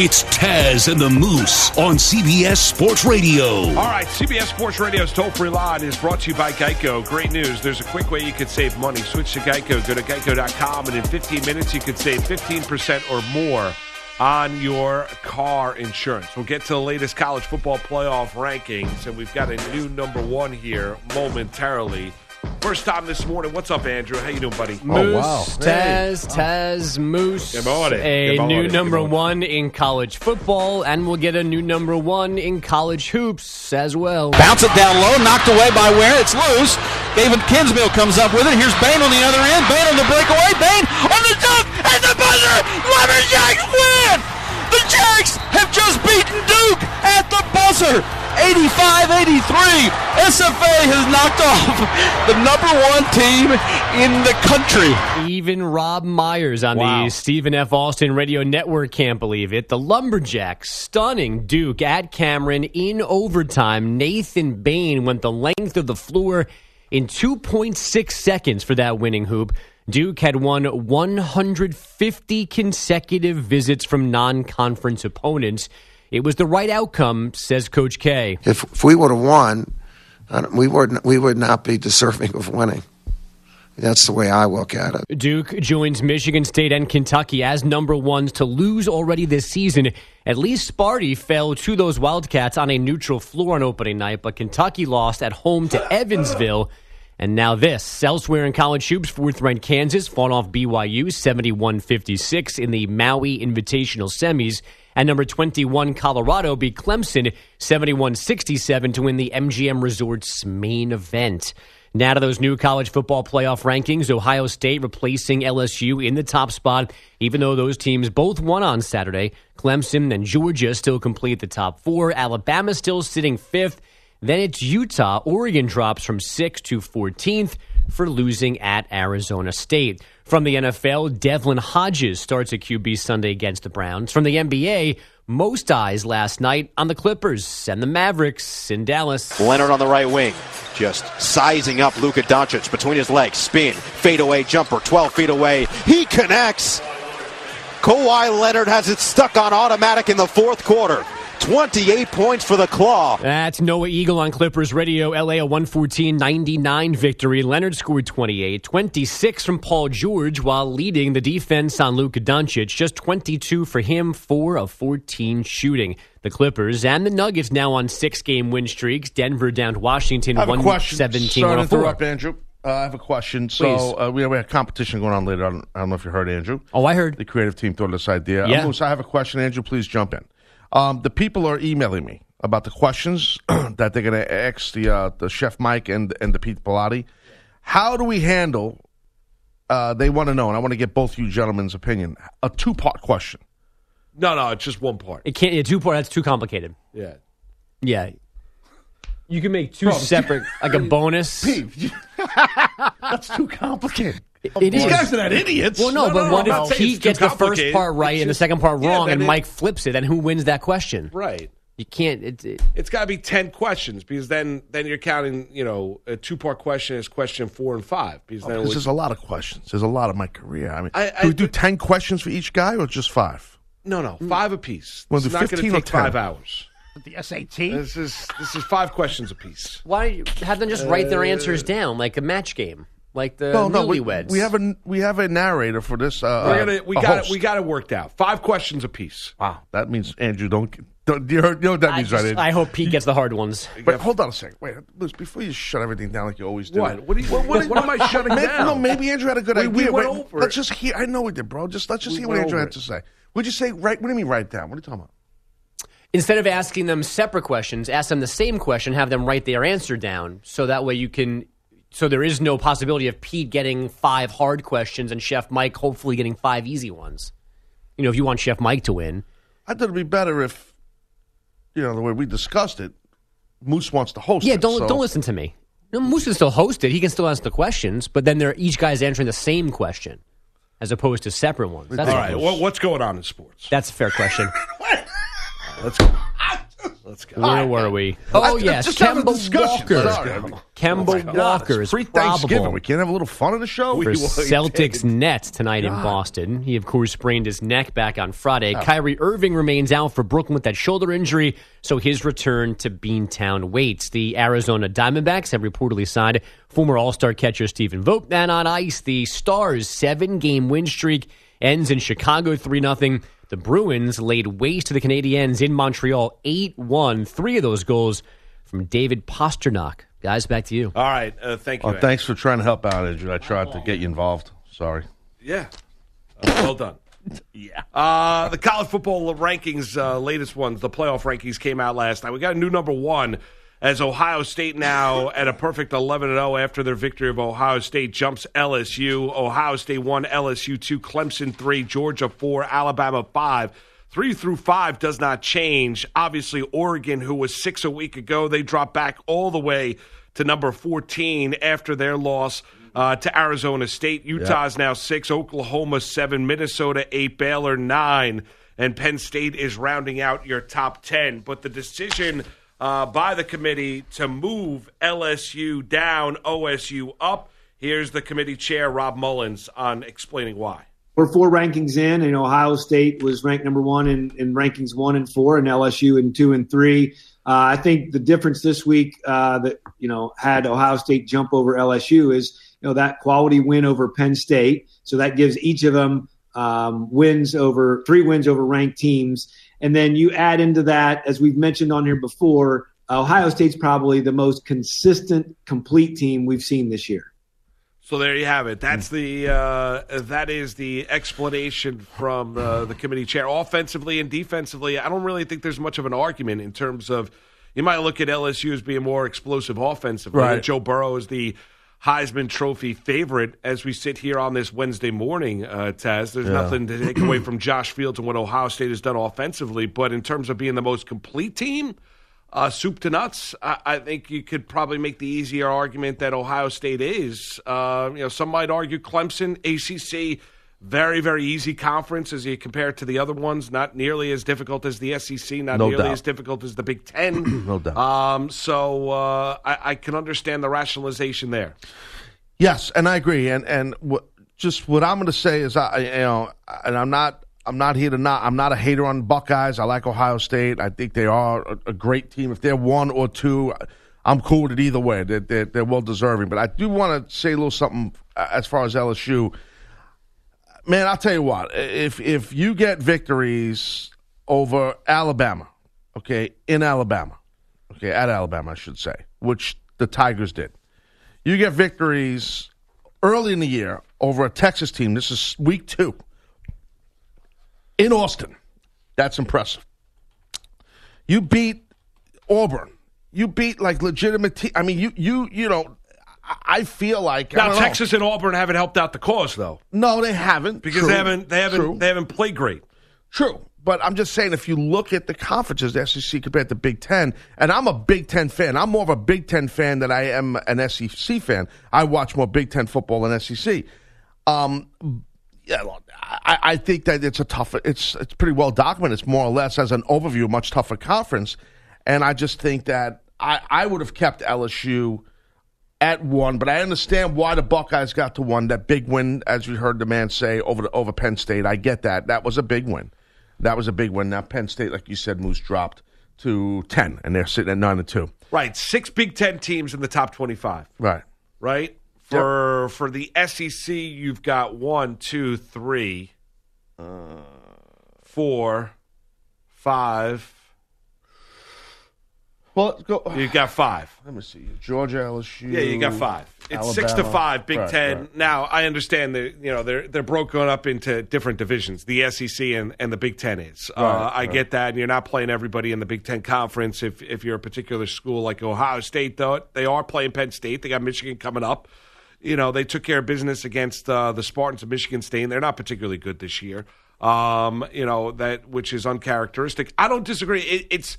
[SPEAKER 7] It's Taz and the Moose on CBS Sports Radio.
[SPEAKER 3] All right, CBS Sports Radio's toll free line is brought to you by Geico. Great news. There's a quick way you could save money. Switch to Geico. Go to geico.com, and in 15 minutes, you could save 15% or more on your car insurance. We'll get to the latest college football playoff rankings, and we've got a new number one here momentarily. First time this morning. What's up, Andrew? How you doing, buddy?
[SPEAKER 8] Moose,
[SPEAKER 4] wow.
[SPEAKER 8] Taz, Taz, Moose.
[SPEAKER 3] Good morning.
[SPEAKER 8] A
[SPEAKER 3] Good morning.
[SPEAKER 8] new
[SPEAKER 3] Good
[SPEAKER 8] number
[SPEAKER 3] morning.
[SPEAKER 8] one in college football, and we'll get a new number one in college hoops as well.
[SPEAKER 9] Bounce it down low, knocked away by Ware. It's loose. David Kinsmill comes up with it. Here's Bain on the other end. Bain on the breakaway. Bain on the dunk and the buzzer. Lumberjacks win. The Jacks have just beaten Duke at the buzzer. 85-83. SFA has knocked [laughs] off the number one team in the country.
[SPEAKER 8] Even Rob Myers on
[SPEAKER 3] Wow.
[SPEAKER 8] the Stephen F. Austin Radio Network can't believe it. The Lumberjacks, stunning Duke at Cameron in overtime. Nathan Bain went the length of the floor in 2.6 seconds for that winning hoop. Duke had won 150 consecutive visits from non conference opponents. It was the right outcome, says Coach K.
[SPEAKER 10] If, if we would have won, I don't- we would we would not be deserving of winning. That's the way I look at it.
[SPEAKER 8] Duke joins Michigan State and Kentucky as number ones to lose already this season. At least Sparty fell to those Wildcats on a neutral floor on opening night, but Kentucky lost at home to Evansville. And now this. Elsewhere in college hoops, fourth ranked Kansas fought off BYU 71 56 in the Maui Invitational semis. And number 21, Colorado beat Clemson 71 67 to win the MGM Resorts main event. Now to those new college football playoff rankings. Ohio State replacing LSU in the top spot, even though those teams both won on Saturday. Clemson and Georgia still complete the top four. Alabama still sitting fifth. Then it's Utah. Oregon drops from 6th to 14th for losing at Arizona State. From the NFL, Devlin Hodges starts a QB Sunday against the Browns. From the NBA, most eyes last night on the Clippers and the Mavericks in Dallas.
[SPEAKER 9] Leonard on the right wing, just sizing up Luka Doncic between his legs. Spin, fadeaway jumper, 12 feet away. He connects. Kawhi Leonard has it stuck on automatic in the fourth quarter. 28 points for the Claw.
[SPEAKER 8] That's Noah Eagle on Clippers Radio. LA a 114 99 victory. Leonard scored 28, 26 from Paul George while leading the defense on Luka Doncic. Just 22 for him, 4 of 14 shooting. The Clippers and the Nuggets now on six game win streaks. Denver down to Washington
[SPEAKER 4] I have a question.
[SPEAKER 8] 117
[SPEAKER 4] Sorry to interrupt,
[SPEAKER 8] 104.
[SPEAKER 4] Andrew. Uh, I have a question. So
[SPEAKER 8] Please.
[SPEAKER 4] uh, we have a competition going on later. I don't, I don't know if you heard, Andrew.
[SPEAKER 8] Oh, I heard.
[SPEAKER 4] The creative team thought of this idea.
[SPEAKER 8] Yeah.
[SPEAKER 4] Uh, Moose, I have a question. Andrew, please jump in. Um, the people are emailing me about the questions [clears throat] that they're going to ask the uh, the chef Mike and and the Pete Pilati. How do we handle? Uh, they want to know, and I want to get both you gentlemen's opinion. A two part question.
[SPEAKER 3] No, no, it's just one part.
[SPEAKER 8] It can't, yeah, two part, that's too complicated.
[SPEAKER 3] Yeah.
[SPEAKER 8] Yeah. You can make two separate, like a bonus.
[SPEAKER 4] That's too complicated.
[SPEAKER 8] It
[SPEAKER 4] These
[SPEAKER 8] is.
[SPEAKER 4] guys are not idiots.
[SPEAKER 8] Well, no, but
[SPEAKER 3] no,
[SPEAKER 8] what
[SPEAKER 3] I'm not
[SPEAKER 8] if
[SPEAKER 3] saying
[SPEAKER 8] Pete
[SPEAKER 3] it's too
[SPEAKER 8] gets the first
[SPEAKER 3] complicated.
[SPEAKER 8] part right
[SPEAKER 3] It's
[SPEAKER 8] and the
[SPEAKER 3] just-
[SPEAKER 8] second part
[SPEAKER 3] Yeah,
[SPEAKER 8] wrong,
[SPEAKER 3] then
[SPEAKER 8] and
[SPEAKER 3] it-
[SPEAKER 8] Mike flips it? Then who wins that question?
[SPEAKER 3] Right.
[SPEAKER 8] You can't. It, it,
[SPEAKER 3] It's got to be 10 questions because then then you're counting, you know, a two part question is question four and five. Because then it
[SPEAKER 4] This
[SPEAKER 3] was-
[SPEAKER 4] is a lot of questions. There's a lot of my career. I mean,
[SPEAKER 3] I- I-
[SPEAKER 4] do we do ten questions for each guy or just five?
[SPEAKER 3] no, no, five apiece.
[SPEAKER 4] Well,
[SPEAKER 3] it's
[SPEAKER 4] the
[SPEAKER 3] not going
[SPEAKER 4] 15
[SPEAKER 3] to
[SPEAKER 4] or
[SPEAKER 3] take five
[SPEAKER 4] 10.
[SPEAKER 3] hours.
[SPEAKER 6] The SAT.
[SPEAKER 3] This is this is five questions apiece.
[SPEAKER 8] why don't you have them just write their answers down like a match game, like the
[SPEAKER 4] we,
[SPEAKER 8] newlyweds?
[SPEAKER 4] we have a we have a narrator for this. Uh,
[SPEAKER 3] We're gonna, we
[SPEAKER 4] a
[SPEAKER 3] got it.
[SPEAKER 4] host.
[SPEAKER 3] We got it worked out. Five questions apiece.
[SPEAKER 4] Wow, that means Andrew don't. don't you, heard, you know what that
[SPEAKER 8] I,
[SPEAKER 4] means,
[SPEAKER 8] just-
[SPEAKER 4] right? Andrew?
[SPEAKER 8] I hope Pete gets the hard ones.
[SPEAKER 4] Wait, hold on a second. Wait, Liz, before you shut everything down like you always do.
[SPEAKER 3] What? What are you- what- what am I [laughs] shutting
[SPEAKER 4] Maybe-
[SPEAKER 3] down?
[SPEAKER 4] No, maybe Andrew had a good
[SPEAKER 3] We-
[SPEAKER 4] idea.
[SPEAKER 3] we went
[SPEAKER 4] Wait,
[SPEAKER 3] over
[SPEAKER 4] Let's
[SPEAKER 3] it.
[SPEAKER 4] just hear. I know we did, bro. Just let's just
[SPEAKER 3] We
[SPEAKER 4] hear what
[SPEAKER 3] went
[SPEAKER 4] Andrew
[SPEAKER 3] over
[SPEAKER 4] had
[SPEAKER 3] it.
[SPEAKER 4] to say. Would you say right? What do you mean write down? What are you talking about?
[SPEAKER 8] Instead of asking them separate questions, ask them the same question, have them write their answer down, so that way you can. So there is no possibility of Pete getting five hard questions and Chef Mike hopefully getting five easy ones. You know, if you want Chef Mike to win.
[SPEAKER 4] I thought it'd be better if, you know, the way we discussed it. Moose wants to host.
[SPEAKER 8] Yeah,
[SPEAKER 4] it,
[SPEAKER 8] don't
[SPEAKER 4] so-
[SPEAKER 8] don't listen to me. No, Moose can still host it. He can still ask the questions, but then they're each guy's answering the same question as opposed to separate ones. That's
[SPEAKER 3] All right. What, what's going on in sports?
[SPEAKER 8] That's a
[SPEAKER 4] [laughs]
[SPEAKER 8] fair question.
[SPEAKER 3] Let's go.
[SPEAKER 8] Where were we? Oh
[SPEAKER 4] I-
[SPEAKER 8] yes,
[SPEAKER 4] just have a
[SPEAKER 8] Kemba
[SPEAKER 4] discussion.
[SPEAKER 8] Walker.
[SPEAKER 4] Sorry. I mean,
[SPEAKER 8] Kemba Walker is
[SPEAKER 4] Free Thanksgiving.
[SPEAKER 8] probable
[SPEAKER 4] We can't have a little fun in the show.
[SPEAKER 8] for
[SPEAKER 4] We [laughs]
[SPEAKER 8] Celtics Nets tonight in Boston. He of course sprained his neck back on Friday. Kyrie Irving remains out for Brooklyn with that shoulder injury, so his return to Beantown waits. The Arizona Diamondbacks have reportedly signed former All-Star catcher Stephen Vogt. And on ice, the Stars seven-game win streak ends in Chicago three 0 The Bruins laid waste to the Canadiens in Montreal 8 1. Three of those goals from David Posternak. Guys, back to you.
[SPEAKER 3] All right. Uh, thank you.
[SPEAKER 4] Oh,
[SPEAKER 3] Ed.
[SPEAKER 4] thanks for trying to help out, Andrew. I tried to get you involved. Sorry.
[SPEAKER 3] Yeah. Uh, well done. [laughs] Yeah. Uh, the college football rankings, uh, latest ones, the playoff rankings came out last night. We got a new number one as Ohio State [laughs] now at a perfect 11 0 after their victory of Ohio State jumps LSU. Ohio State 1, LSU 2, Clemson 3, Georgia 4, Alabama 5. 3 through 5 does not change. Obviously, Oregon, who was 6 a week ago, they drop back all the way to number 14 after their loss uh, to Arizona State. Utah's now six, Oklahoma seven, Minnesota eight, Baylor nine, and Penn State is rounding out your top 10. But the decision uh, by the committee to move LSU down, OSU up, here's the committee chair, Rob Mullins, on explaining why.
[SPEAKER 11] We're four rankings in, and Ohio State was ranked number one in, in rankings one and four, and LSU in two and three. Uh, I think the difference this week uh, that you know had Ohio State jump over LSU is you know that quality win over Penn State, so that gives each of them um, wins over three wins over ranked teams, and then you add into that, as we've mentioned on here before, Ohio State's probably the most consistent, complete team we've seen this year.
[SPEAKER 3] So there you have it.
[SPEAKER 4] Hmm.
[SPEAKER 3] That's the uh, that is the explanation from uh, the committee chair. Offensively and defensively, I don't really think there's much of an argument in terms of. You might look at LSU as being more explosive offensively.
[SPEAKER 4] Right.
[SPEAKER 3] Joe Burrow is the Heisman Trophy favorite as we sit here on this Wednesday morning, uh, Taz. There's
[SPEAKER 4] Yeah.
[SPEAKER 3] nothing to take
[SPEAKER 4] [clears throat]
[SPEAKER 3] away from Josh Fields and what Ohio State has done offensively, but in terms of being the most complete team, uh, soup to nuts, I, I think you could probably make the easier argument that Ohio State is. Uh, you know, some might argue Clemson, ACC, very very easy conference as you compare it to the other ones. Not nearly as difficult as the SEC. Not
[SPEAKER 4] No
[SPEAKER 3] nearly
[SPEAKER 4] doubt.
[SPEAKER 3] as difficult as the Big Ten.
[SPEAKER 4] [clears throat] No doubt.
[SPEAKER 3] Um, so uh, I, I can understand the rationalization there.
[SPEAKER 4] Yes, and I agree. And and what, just what I'm going to say is, I you know, and I'm not I'm not here to not I'm not a hater on Buckeyes. I like Ohio State. I think they are a, a great team. If they're one or two, I'm cool with it either way. They're they're, they're well deserving. But I do want to say a little something uh, as far as LSU. Man, I'll tell you what. If if you get victories over Alabama, okay, in Alabama, okay, at Alabama, I should say, which the Tigers did you get victories early in the year over a Texas team. This is week two in Austin. That's impressive. You beat Auburn. You beat like legitimate. Te- I mean, you you you know. I- I feel like I
[SPEAKER 3] Now
[SPEAKER 4] don't know.
[SPEAKER 3] Texas and Auburn haven't helped out the cause though
[SPEAKER 4] No, they haven't
[SPEAKER 3] because
[SPEAKER 4] True.
[SPEAKER 3] they haven't they haven't
[SPEAKER 4] True.
[SPEAKER 3] they haven't played great.
[SPEAKER 4] True. But I'm just saying, if you look at the conferences, the SEC compared to Big Ten, and I'm a Big Ten fan. I'm more of a Big Ten fan than I am an SEC fan. I watch more Big Ten football than SEC. Um, yeah, look, I, I think that it's a tough. It's it's pretty well documented. It's more or less as an overview, a much tougher conference. And I just think that I, I would have kept LSU at one, but I understand why the Buckeyes got to one. That big win, as we heard the man say over the, over Penn State, I get that. That was a big win. That was a big win. Now Penn State, like you said, Moose dropped to ten, and they're sitting at nine and two.
[SPEAKER 3] Right, six Big Ten teams in the top twenty-five.
[SPEAKER 4] Right.
[SPEAKER 3] Right for for the SEC, you've got one, two, three, four, five.
[SPEAKER 4] Well, go.
[SPEAKER 3] You've got five.
[SPEAKER 4] [sighs] Let me see. Georgia, LSU.
[SPEAKER 3] Yeah, you got five. It's six to
[SPEAKER 4] Alabama.
[SPEAKER 3] five, Big
[SPEAKER 4] Right,
[SPEAKER 3] Ten.
[SPEAKER 4] right.
[SPEAKER 3] Now I understand that you know they're they're broken up into different divisions. The SEC and, and the Big Ten is. uh,
[SPEAKER 4] Right,
[SPEAKER 3] I
[SPEAKER 4] right.
[SPEAKER 3] get that, and you're not playing everybody in the Big Ten conference. If if you're a particular school like Ohio State, though, they are playing Penn State. They got Michigan coming up. You know they took care of business against uh, the Spartans of Michigan State. And they're not particularly good this year. Um, you know that which is uncharacteristic. I don't disagree. It, it's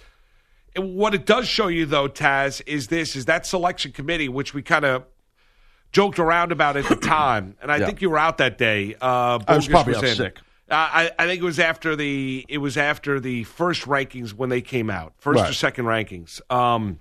[SPEAKER 3] and what it does show you though taz is this is that selection committee which we kind of joked around about
[SPEAKER 4] [clears throat]
[SPEAKER 3] at the time and i
[SPEAKER 4] Yeah.
[SPEAKER 3] think you were out that day uh
[SPEAKER 4] I
[SPEAKER 3] Bogus
[SPEAKER 4] was probably out
[SPEAKER 3] in.
[SPEAKER 4] sick.
[SPEAKER 3] Uh, I, I think it was after the it was after the first rankings when they came out first or
[SPEAKER 4] Right.
[SPEAKER 3] second rankings um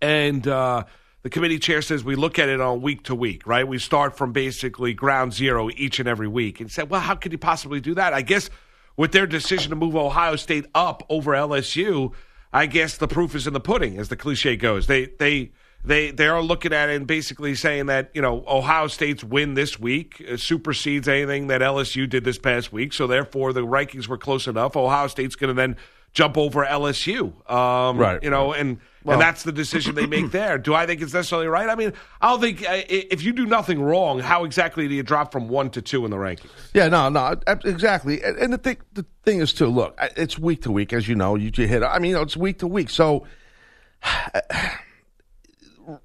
[SPEAKER 3] and uh the committee chair says we look at it on week to week, right? We start from basically ground zero each and every week and said, well, how could you possibly do that? I guess with their decision to move Ohio State up over LSU, I guess the proof is in the pudding, as the cliche goes. They they They they are looking at it and basically saying that you know Ohio State's win this week uh, supersedes anything that LSU did this past week. So therefore, the rankings were close enough. Ohio State's going to then jump over LSU. Um,
[SPEAKER 4] Right.
[SPEAKER 3] You know, and
[SPEAKER 4] Well-
[SPEAKER 3] and that's the decision they
[SPEAKER 4] [clears throat]
[SPEAKER 3] make there. Do I think it's necessarily right? I mean, I don't think uh, i- if you do nothing wrong, how exactly do you drop from one to two in the rankings?
[SPEAKER 4] Yeah, no, no, ab- exactly. And, and the thing, the thing is too. Look, I- it's week to week, as you know. You, you hit. I mean, it's week to week. So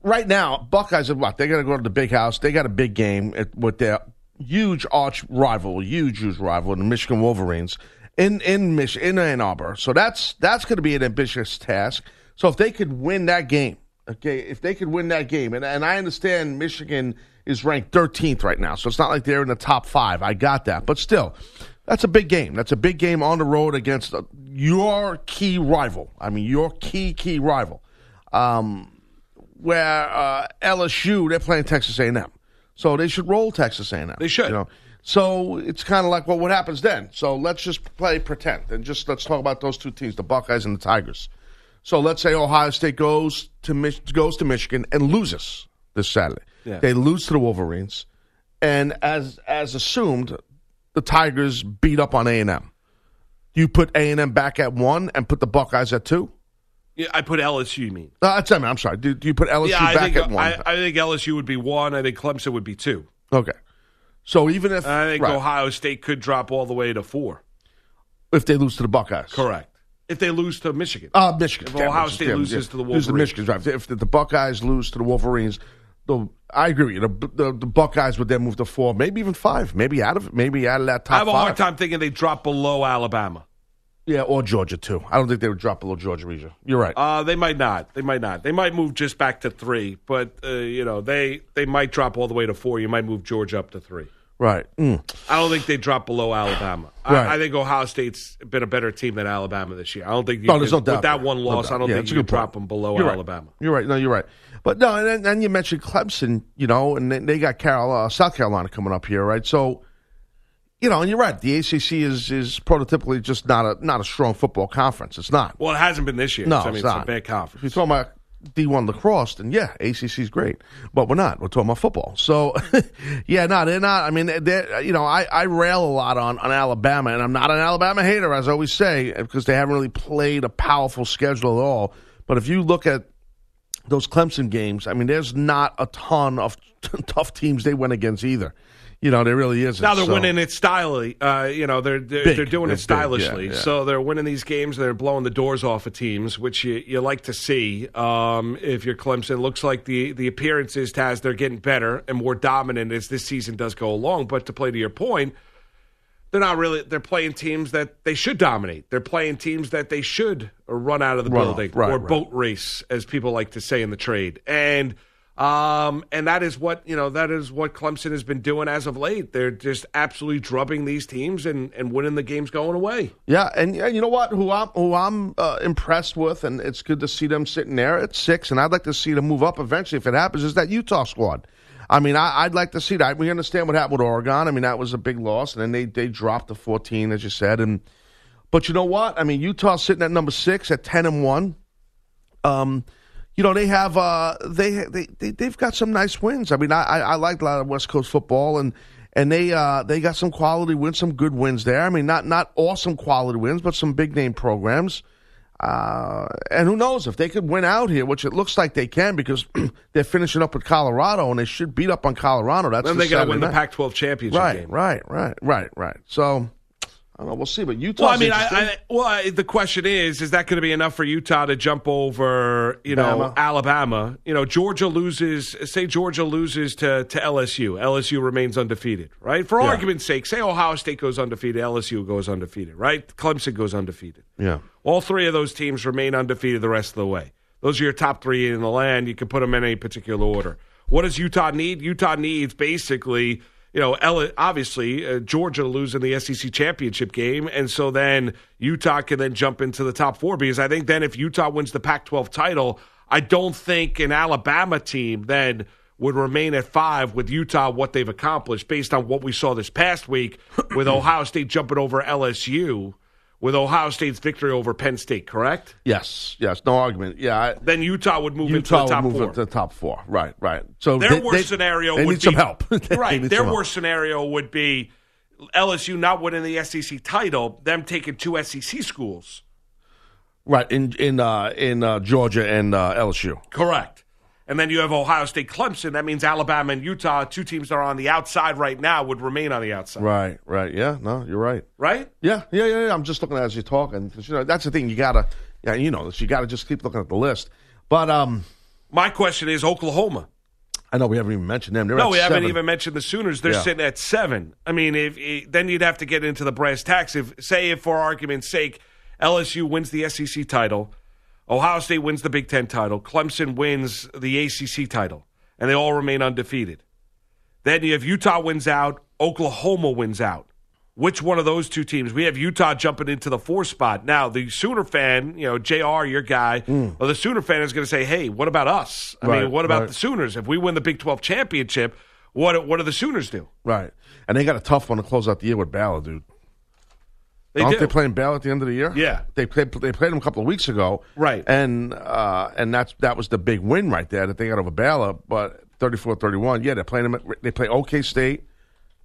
[SPEAKER 4] right now, Buckeyes are what? They're going to go to the big house. They got a big game at, with their huge arch rival, huge huge rival, the Michigan Wolverines in in Mich- in Ann Arbor. So that's that's going to be an ambitious task. So if they could win that game, okay, if they could win that game, and and I understand Michigan is ranked 13th right now, so it's not like they're in the top five. I got that, but still. That's a big game. That's a big game on the road against uh, your key rival. I mean, your key key rival. Um, where uh, LSU they're playing Texas A&M, so they should roll Texas A&M. They should. You know? So it's kind of like, well, what happens then? So let's just play pretend and just let's talk about those two teams, the Buckeyes and the Tigers. So let's say Ohio State goes to Mich- goes to Michigan and loses this Saturday.
[SPEAKER 12] Yeah.
[SPEAKER 4] They lose to the Wolverines, and as as assumed, the Tigers beat up on A&M. You put A&M back at one and put the Buckeyes at two.
[SPEAKER 3] Yeah, I put LSU. You mean?
[SPEAKER 4] Uh, that's- I mean, I'm sorry. Do, do you put LSU
[SPEAKER 3] yeah, I
[SPEAKER 4] back
[SPEAKER 3] think,
[SPEAKER 4] at one?
[SPEAKER 3] I, I think LSU would be one. I think Clemson would be two.
[SPEAKER 4] Okay. So even if
[SPEAKER 3] I think
[SPEAKER 4] right,
[SPEAKER 3] Ohio State could drop all the way to four.
[SPEAKER 4] if they lose to the Buckeyes,
[SPEAKER 3] Correct. If they lose to Michigan,
[SPEAKER 4] Uh, Michigan.
[SPEAKER 3] If
[SPEAKER 4] Yeah,
[SPEAKER 3] Ohio
[SPEAKER 4] Michigan.
[SPEAKER 3] State
[SPEAKER 4] Yeah,
[SPEAKER 3] loses
[SPEAKER 4] yeah.
[SPEAKER 3] to the Wolverines,
[SPEAKER 4] Lose to Michigan, right. If the, the Buckeyes lose to the Wolverines, the I agree. The, the the Buckeyes would then move to four, maybe even five, maybe out of maybe out of that top
[SPEAKER 3] I have a
[SPEAKER 4] five.
[SPEAKER 3] hard time thinking they drop below Alabama.
[SPEAKER 4] Yeah, or Georgia too. I don't think they would drop below Georgia either. You're right.
[SPEAKER 3] Uh, they might not. They might not. They might move just back to three, but uh, you know they they might drop all the way to four. You might move Georgia up to three.
[SPEAKER 4] Right. Mm.
[SPEAKER 3] I don't think they drop below Alabama.
[SPEAKER 4] Right.
[SPEAKER 3] I, I think Ohio State's been a better team than Alabama this year. I don't think you
[SPEAKER 4] No, Oh, there's
[SPEAKER 3] can-
[SPEAKER 4] no doubt
[SPEAKER 3] with that
[SPEAKER 4] there.
[SPEAKER 3] one
[SPEAKER 4] No
[SPEAKER 3] loss.
[SPEAKER 4] doubt.
[SPEAKER 3] I don't
[SPEAKER 4] Yeah,
[SPEAKER 3] think
[SPEAKER 4] it's
[SPEAKER 3] you
[SPEAKER 4] a
[SPEAKER 3] can
[SPEAKER 4] good point.
[SPEAKER 3] drop them below
[SPEAKER 4] You're right.
[SPEAKER 3] Alabama.
[SPEAKER 4] You're right. No, you're right. But no, and then- then you mentioned Clemson, you know, and they- they got Carol, uh, South Carolina coming up here, right? So, you know, and you're right. The ACC is is prototypically just not a not a strong football conference. It's not.
[SPEAKER 3] Well, it hasn't been this year.
[SPEAKER 4] No,
[SPEAKER 3] so, I mean,
[SPEAKER 4] it's
[SPEAKER 3] it's,
[SPEAKER 4] not.
[SPEAKER 3] a bad conference.
[SPEAKER 4] If you're talking about D1 lacrosse, then yeah, ACC is great. But we're not. We're talking about football. So, [laughs] yeah, no, they're not. I mean, they're, you know, I, I rail a lot on, on Alabama, and I'm not an Alabama hater, as I always say, because they haven't really played a powerful schedule at all. But if you look at those Clemson games, I mean, there's not a ton of [laughs] tough teams they went against either. You know, there really isn't.
[SPEAKER 3] Now they're
[SPEAKER 4] So-
[SPEAKER 3] winning it stylely. Uh, you know, they're they're,
[SPEAKER 4] Big.
[SPEAKER 3] they're doing
[SPEAKER 4] They're
[SPEAKER 3] it
[SPEAKER 4] big, yeah,
[SPEAKER 3] stylishly.
[SPEAKER 4] yeah.
[SPEAKER 3] So they're winning these games and they're blowing the doors off of teams, which you, you like to see. Um, if you're Clemson, looks like the the appearances Taz they're getting better and more dominant as this season does go along. But to play to your point, they're not really. They're playing teams that they should dominate. They're playing teams that they should run out of the
[SPEAKER 4] Run off,
[SPEAKER 3] building
[SPEAKER 4] right,
[SPEAKER 3] or
[SPEAKER 4] right.
[SPEAKER 3] boat race, as people like to say in the trade. And um, and that is what you know. That is what Clemson has been doing as of late. They're just absolutely drubbing these teams and and winning the games going away.
[SPEAKER 4] Yeah, and, and you know what? Who I'm who I'm uh, impressed with, and it's good to see them sitting there at six. And I'd like to see them move up eventually if it happens. Is that Utah squad? I mean, I, I'd like to see that. We understand what happened with Oregon. I mean, that was a big loss, and then they they dropped to fourteen, as you said. And but you know what? I mean, Utah's sitting at number six at ten and one. Um, you know they have uh they they, they they've got some nice wins. I mean, I I, I liked a lot of West Coast football and. And they uh, they got some quality wins, some good wins there. I mean, not not awesome quality wins, but some big name programs. Uh, and who knows if they could win out here, which it looks like they can because [clears throat] they're finishing up with Colorado, and they should beat up on Colorado. That's
[SPEAKER 3] then
[SPEAKER 4] this
[SPEAKER 3] they got to
[SPEAKER 4] Saturday
[SPEAKER 3] win the
[SPEAKER 4] night.
[SPEAKER 3] Pac-12 championship
[SPEAKER 4] right,
[SPEAKER 3] game.
[SPEAKER 4] right, right, right, right. So I don't know. We'll see, but Utah.
[SPEAKER 3] Well, I mean, I, I, well, I, the question is, is that going to be enough for Utah to jump over, you know,
[SPEAKER 4] Bama.
[SPEAKER 3] Alabama? You know, Georgia loses. Say Georgia loses to, to LSU. LSU remains undefeated, right? For
[SPEAKER 4] Yeah.
[SPEAKER 3] argument's sake, say Ohio State goes undefeated, LSU goes undefeated, right? Clemson goes undefeated.
[SPEAKER 4] yeah.
[SPEAKER 3] All three of those teams remain undefeated the rest of the way. Those are your top three in the land. You can put them in any particular order. What does Utah need? Utah needs basically, you know, L- obviously uh, Georgia losing the SEC championship game, and so then Utah can then jump into the top four because I think then if Utah wins the Pac-12 title, I don't think an Alabama team then would remain at five with Utah what they've accomplished based on what we saw this past week with Ohio State jumping over LSU with Ohio State's victory over Penn State, correct?
[SPEAKER 4] Yes, yes, no argument. Yeah, I,
[SPEAKER 3] Then Utah would move
[SPEAKER 4] Utah
[SPEAKER 3] into the top
[SPEAKER 4] would move
[SPEAKER 3] four.
[SPEAKER 4] into the top four. Right, right. So
[SPEAKER 3] their
[SPEAKER 4] they-
[SPEAKER 3] worst
[SPEAKER 4] they-
[SPEAKER 3] scenario
[SPEAKER 4] they
[SPEAKER 3] would be,
[SPEAKER 4] need some help. [laughs] They
[SPEAKER 3] right.
[SPEAKER 4] need
[SPEAKER 3] Their
[SPEAKER 4] some help.
[SPEAKER 3] worst scenario would be LSU not winning the SEC title, them taking two SEC schools.
[SPEAKER 4] Right in in uh, in uh, Georgia and uh, LSU.
[SPEAKER 3] Correct. And then you have Ohio State, Clemson. That means Alabama and Utah, two teams that are on the outside right now, would remain on the outside.
[SPEAKER 4] Right, right. Yeah, no, you're right.
[SPEAKER 3] Right?
[SPEAKER 4] Yeah, yeah, yeah. yeah. I'm just looking as you're talking. 'cause, you know, that's the thing. You gotta, yeah, you know, this, you gotta just keep looking at the list. But um,
[SPEAKER 3] my question is Oklahoma.
[SPEAKER 4] I know we haven't even mentioned them. They're
[SPEAKER 3] no,
[SPEAKER 4] at
[SPEAKER 3] we have haven't
[SPEAKER 4] seven.
[SPEAKER 3] even mentioned the Sooners. They're
[SPEAKER 4] Yeah.
[SPEAKER 3] sitting at seven. I mean, if, i then you'd have to get into the brass tacks. If say, if for argument's sake, LSU wins the SEC title, Ohio State wins the Big Ten title, Clemson wins the ACC title, and they all remain undefeated. Then you have Utah wins out, Oklahoma wins out. Which one of those two teams? We have Utah jumping into the four spot. Now, the Sooner fan, you know, JR, your guy, or the Sooner fan is going to say, hey, what about us? I
[SPEAKER 4] Hmm. Right,
[SPEAKER 3] mean, what about
[SPEAKER 4] right.
[SPEAKER 3] the Sooners? If we win the Big 12 championship, what, what do the Sooners do?
[SPEAKER 4] Right, and they got a tough one to close out the year with Ballard, dude.
[SPEAKER 3] They
[SPEAKER 4] Aren't
[SPEAKER 3] do.
[SPEAKER 4] they playing Bell at the end of the year?
[SPEAKER 3] Yeah.
[SPEAKER 4] they played. They played him a couple of weeks ago.
[SPEAKER 3] Right.
[SPEAKER 4] and uh, and that's that was the big win right there that they got over Bella. But 34-31, Yeah, they're playing them. At, they play OK State.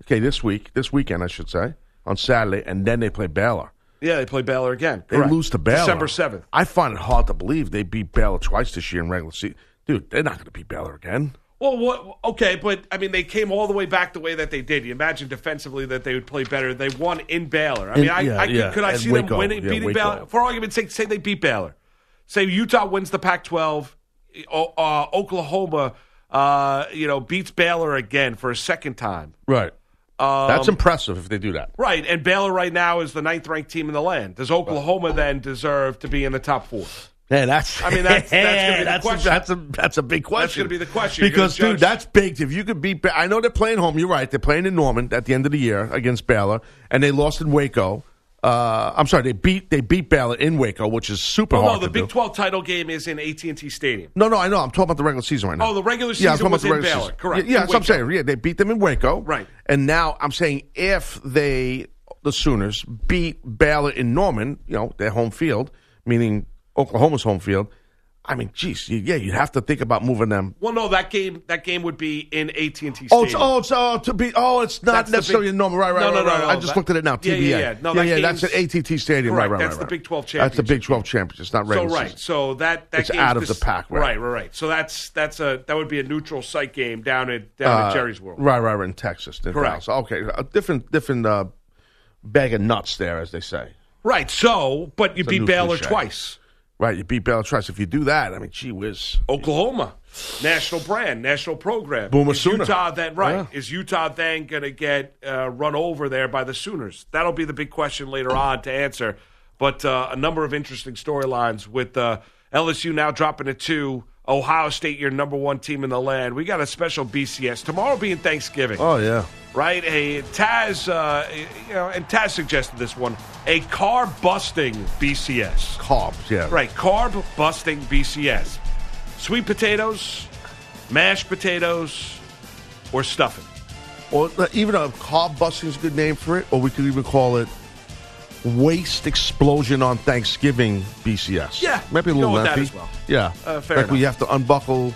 [SPEAKER 4] Okay, this week, this weekend, I should say, on Saturday, and then they play Baylor.
[SPEAKER 3] Yeah, they play Baylor again.
[SPEAKER 4] They
[SPEAKER 3] Correct.
[SPEAKER 4] lose to Baylor
[SPEAKER 3] December 7th.
[SPEAKER 4] I find it hard to believe they beat Baylor twice this year in regular season. Dude, they're not going to beat Baylor again.
[SPEAKER 3] Well, what? Okay, but I mean, they came all the way back the way that they did. You imagine defensively that they would play better. They won in Baylor. I
[SPEAKER 4] In-
[SPEAKER 3] mean, I,
[SPEAKER 4] yeah,
[SPEAKER 3] I could,
[SPEAKER 4] yeah,
[SPEAKER 3] could I
[SPEAKER 4] at
[SPEAKER 3] see
[SPEAKER 4] Waco.
[SPEAKER 3] them winning,
[SPEAKER 4] Yeah,
[SPEAKER 3] beating
[SPEAKER 4] Waco.
[SPEAKER 3] Baylor? For argument's sake, say they beat Baylor. Say Utah wins the Pac-12. O- Uh, Oklahoma, uh, you know, beats Baylor again for a second time.
[SPEAKER 4] Right.
[SPEAKER 3] Um,
[SPEAKER 4] that's impressive if they do that.
[SPEAKER 3] Right, and Baylor right now is the ninth-ranked team in the land. Does Oklahoma then deserve to be in the top four?
[SPEAKER 4] Yeah, that's.
[SPEAKER 3] I mean, that's- that's gonna be the
[SPEAKER 4] [laughs] that's
[SPEAKER 3] question.
[SPEAKER 4] A, that's a that's a big question.
[SPEAKER 3] That's going to be the question You're gonna
[SPEAKER 4] Because, dude,
[SPEAKER 3] judge-
[SPEAKER 4] that's big. If you could beat, Ba- I know they're playing home. You're right. They're playing in Norman at the end of the year against Baylor, and they lost in Waco. Uh, I'm sorry, they beat they beat Baylor in Waco, which is super
[SPEAKER 3] Well, no,
[SPEAKER 4] hard
[SPEAKER 3] the
[SPEAKER 4] to
[SPEAKER 3] Big
[SPEAKER 4] do.
[SPEAKER 3] 12 title game is in AT&T Stadium.
[SPEAKER 4] no, no, I know. I'm talking about the regular season right now.
[SPEAKER 3] Oh, the regular
[SPEAKER 4] yeah, I'm
[SPEAKER 3] season
[SPEAKER 4] talking
[SPEAKER 3] was
[SPEAKER 4] about the
[SPEAKER 3] in
[SPEAKER 4] regular
[SPEAKER 3] Baylor,
[SPEAKER 4] season.
[SPEAKER 3] correct,
[SPEAKER 4] Yeah, yeah
[SPEAKER 3] in
[SPEAKER 4] that's what I'm
[SPEAKER 3] Waco.
[SPEAKER 4] saying. Yeah, they beat them in Waco.
[SPEAKER 3] Right.
[SPEAKER 4] And now I'm saying if they, the Sooners, beat Baylor in Norman, you know, their home field, meaning Oklahoma's home field, I mean, geez, you- yeah, you'd have to think about moving them.
[SPEAKER 3] Well, no, that game that game would be in AT&T Stadium.
[SPEAKER 4] Oh, it's, oh, it's oh, to be. Oh, it's not
[SPEAKER 3] That's the
[SPEAKER 4] necessarily
[SPEAKER 3] big-
[SPEAKER 4] normal. Right, right,
[SPEAKER 3] No,
[SPEAKER 4] right,
[SPEAKER 3] no, no,
[SPEAKER 4] right.
[SPEAKER 3] no,
[SPEAKER 4] I just
[SPEAKER 3] that-
[SPEAKER 4] looked at it now.
[SPEAKER 3] Yeah,
[SPEAKER 4] TBA.
[SPEAKER 3] yeah, yeah. No,
[SPEAKER 4] yeah,
[SPEAKER 3] that
[SPEAKER 4] that's at
[SPEAKER 3] game's-
[SPEAKER 4] AT&T Stadium.
[SPEAKER 3] Correct,
[SPEAKER 4] Right, right,
[SPEAKER 3] that's
[SPEAKER 4] right,
[SPEAKER 3] the
[SPEAKER 4] right.
[SPEAKER 3] Big 12
[SPEAKER 4] That's the Big Twelve championship, not
[SPEAKER 3] So
[SPEAKER 4] regular
[SPEAKER 3] right,
[SPEAKER 4] season.
[SPEAKER 3] so that that
[SPEAKER 4] It's
[SPEAKER 3] game's
[SPEAKER 4] out of
[SPEAKER 3] dis-
[SPEAKER 4] the pack, right.
[SPEAKER 3] right, right, right. So that's that's a that would be a neutral site game down at down
[SPEAKER 4] Uh,
[SPEAKER 3] at Jerry's World.
[SPEAKER 4] Right, right, right, in Texas. in
[SPEAKER 3] Correct.
[SPEAKER 4] Dallas. Okay, a different, different uh, bag of nuts there, as they say.
[SPEAKER 3] Right. So, but you
[SPEAKER 4] It's a
[SPEAKER 3] beat
[SPEAKER 4] new
[SPEAKER 3] Baylor
[SPEAKER 4] cliche.
[SPEAKER 3] twice.
[SPEAKER 4] Right, you beat Baylor twice. If you do that, I mean, gee whiz.
[SPEAKER 3] Oklahoma, national brand, national program.
[SPEAKER 4] Boomer
[SPEAKER 3] is
[SPEAKER 4] Sooner.
[SPEAKER 3] Utah then right?
[SPEAKER 4] Yeah.
[SPEAKER 3] Is Utah then going to get uh, run over there by the Sooners? That'll be the big question
[SPEAKER 4] [coughs]
[SPEAKER 3] later on to answer. But uh, a number of interesting storylines with uh, LSU now dropping to two. Ohio State, your number one team in the land. We got a special BCS tomorrow being Thanksgiving.
[SPEAKER 4] Oh yeah.
[SPEAKER 3] right? A Taz, uh, you know, and Taz suggested this one: a car busting BCS.
[SPEAKER 4] Carbs, yeah.
[SPEAKER 3] Right, carb busting BCS. Sweet potatoes, mashed potatoes, or stuffing.
[SPEAKER 4] Or uh, even a carb busting is a good name for it, or we could even call it waste explosion on Thanksgiving BCS.
[SPEAKER 3] Yeah,
[SPEAKER 4] maybe a
[SPEAKER 3] you
[SPEAKER 4] little
[SPEAKER 3] go with that as
[SPEAKER 4] lengthy.
[SPEAKER 3] well.
[SPEAKER 4] Yeah,
[SPEAKER 3] Uh, fair
[SPEAKER 4] like we have
[SPEAKER 3] enough.
[SPEAKER 4] to unbuckle.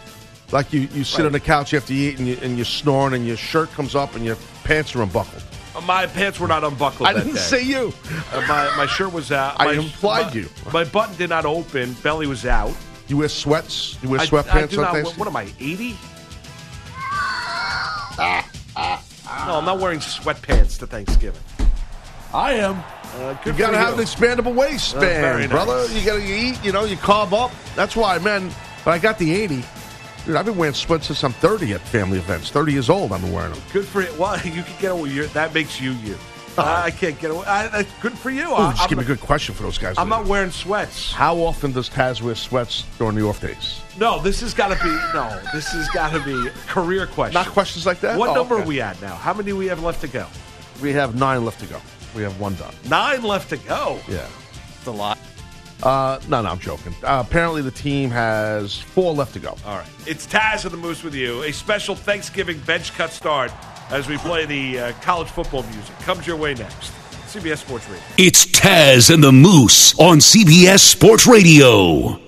[SPEAKER 4] Like you, you sit on the couch after you eat and, you, and you're snoring and your shirt comes up and your pants are unbuckled.
[SPEAKER 3] Uh, My pants were not unbuckled.
[SPEAKER 4] I
[SPEAKER 3] that
[SPEAKER 4] didn't
[SPEAKER 3] day.
[SPEAKER 4] say you.
[SPEAKER 3] Uh, my my shirt was out.
[SPEAKER 4] I
[SPEAKER 3] My-
[SPEAKER 4] implied
[SPEAKER 3] my-
[SPEAKER 4] you.
[SPEAKER 3] My button did not open. Belly was out.
[SPEAKER 4] You wear sweats. You wear
[SPEAKER 3] I-
[SPEAKER 4] sweatpants
[SPEAKER 3] I do
[SPEAKER 4] on
[SPEAKER 3] not-
[SPEAKER 4] Thanksgiving.
[SPEAKER 3] What am I? Eighty?
[SPEAKER 4] Ah,
[SPEAKER 3] no, I'm not wearing sweatpants to Thanksgiving.
[SPEAKER 4] I am.
[SPEAKER 3] good
[SPEAKER 4] you
[SPEAKER 3] for
[SPEAKER 4] gotta have
[SPEAKER 3] you.
[SPEAKER 4] an expandable waistband,
[SPEAKER 3] That's very nice.
[SPEAKER 4] brother. You gotta eat. You know, you carb up. That's why, man. When I got the eighty, dude, I've been wearing sweats since I'm thirty at family events. Thirty years old, I've been wearing them.
[SPEAKER 3] Good for it. Well, you can get away. You're, that makes you you. I I can't get away. I, I, good for you.
[SPEAKER 4] Ooh,
[SPEAKER 3] I,
[SPEAKER 4] just
[SPEAKER 3] I'm,
[SPEAKER 4] give me a
[SPEAKER 3] not-
[SPEAKER 4] good question for those guys.
[SPEAKER 3] I'm
[SPEAKER 4] later.
[SPEAKER 3] not wearing sweats.
[SPEAKER 4] How often does Taz wear sweats during the off days?
[SPEAKER 3] No, this has got to be no. This has got to be career question.
[SPEAKER 4] Not questions like that.
[SPEAKER 3] What
[SPEAKER 4] Oh,
[SPEAKER 3] number
[SPEAKER 4] okay.
[SPEAKER 3] are we at now? How many do we have left to go?
[SPEAKER 4] We have nine left to go. We have one done.
[SPEAKER 3] Nine left to go.
[SPEAKER 4] Yeah.
[SPEAKER 5] It's a lot.
[SPEAKER 4] Uh, no, no, I'm joking. Uh, apparently, the team has four left to go.
[SPEAKER 3] All right. It's Taz and the Moose with you. A special Thanksgiving bench cut start as we play the uh, college football music. Comes your way next. CBS Sports Radio.
[SPEAKER 7] It's Taz and the Moose on CBS Sports Radio.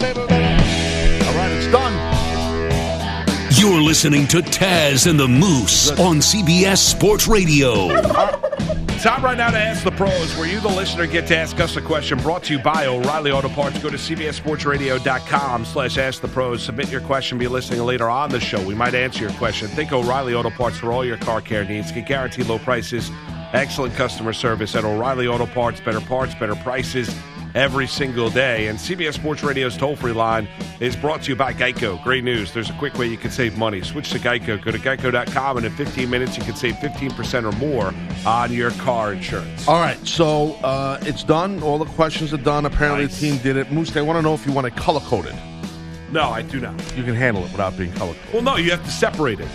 [SPEAKER 4] All right, it's done.
[SPEAKER 7] You're listening to Taz and the Moose on CBS Sports Radio.
[SPEAKER 3] Time right now to ask the pros, where you, the listener, get to ask us a question. Brought to you by O'Reilly Auto Parts. Go to cbsportsradio.com slash ask the pros. Submit your question. Be listening later on the show. We might answer your question. Think O'Reilly Auto Parts for all your car care needs. Get guaranteed low prices, excellent customer service at O'Reilly Auto Parts. Better parts, better prices every single day. And CBS Sports Radio's toll free line is brought to you by Geico. Great news. There's a quick way you can save money. Switch to Geico. Go to geico.com, and in 15 minutes, you can save 15% or more on your car insurance.
[SPEAKER 4] All right, so uh, it's done. All the questions are done. Apparently, the team did it. Moose, they want to know if you want it color coded.
[SPEAKER 3] No, I do not.
[SPEAKER 4] You can handle it without being color
[SPEAKER 3] Well, no, you have to separate it.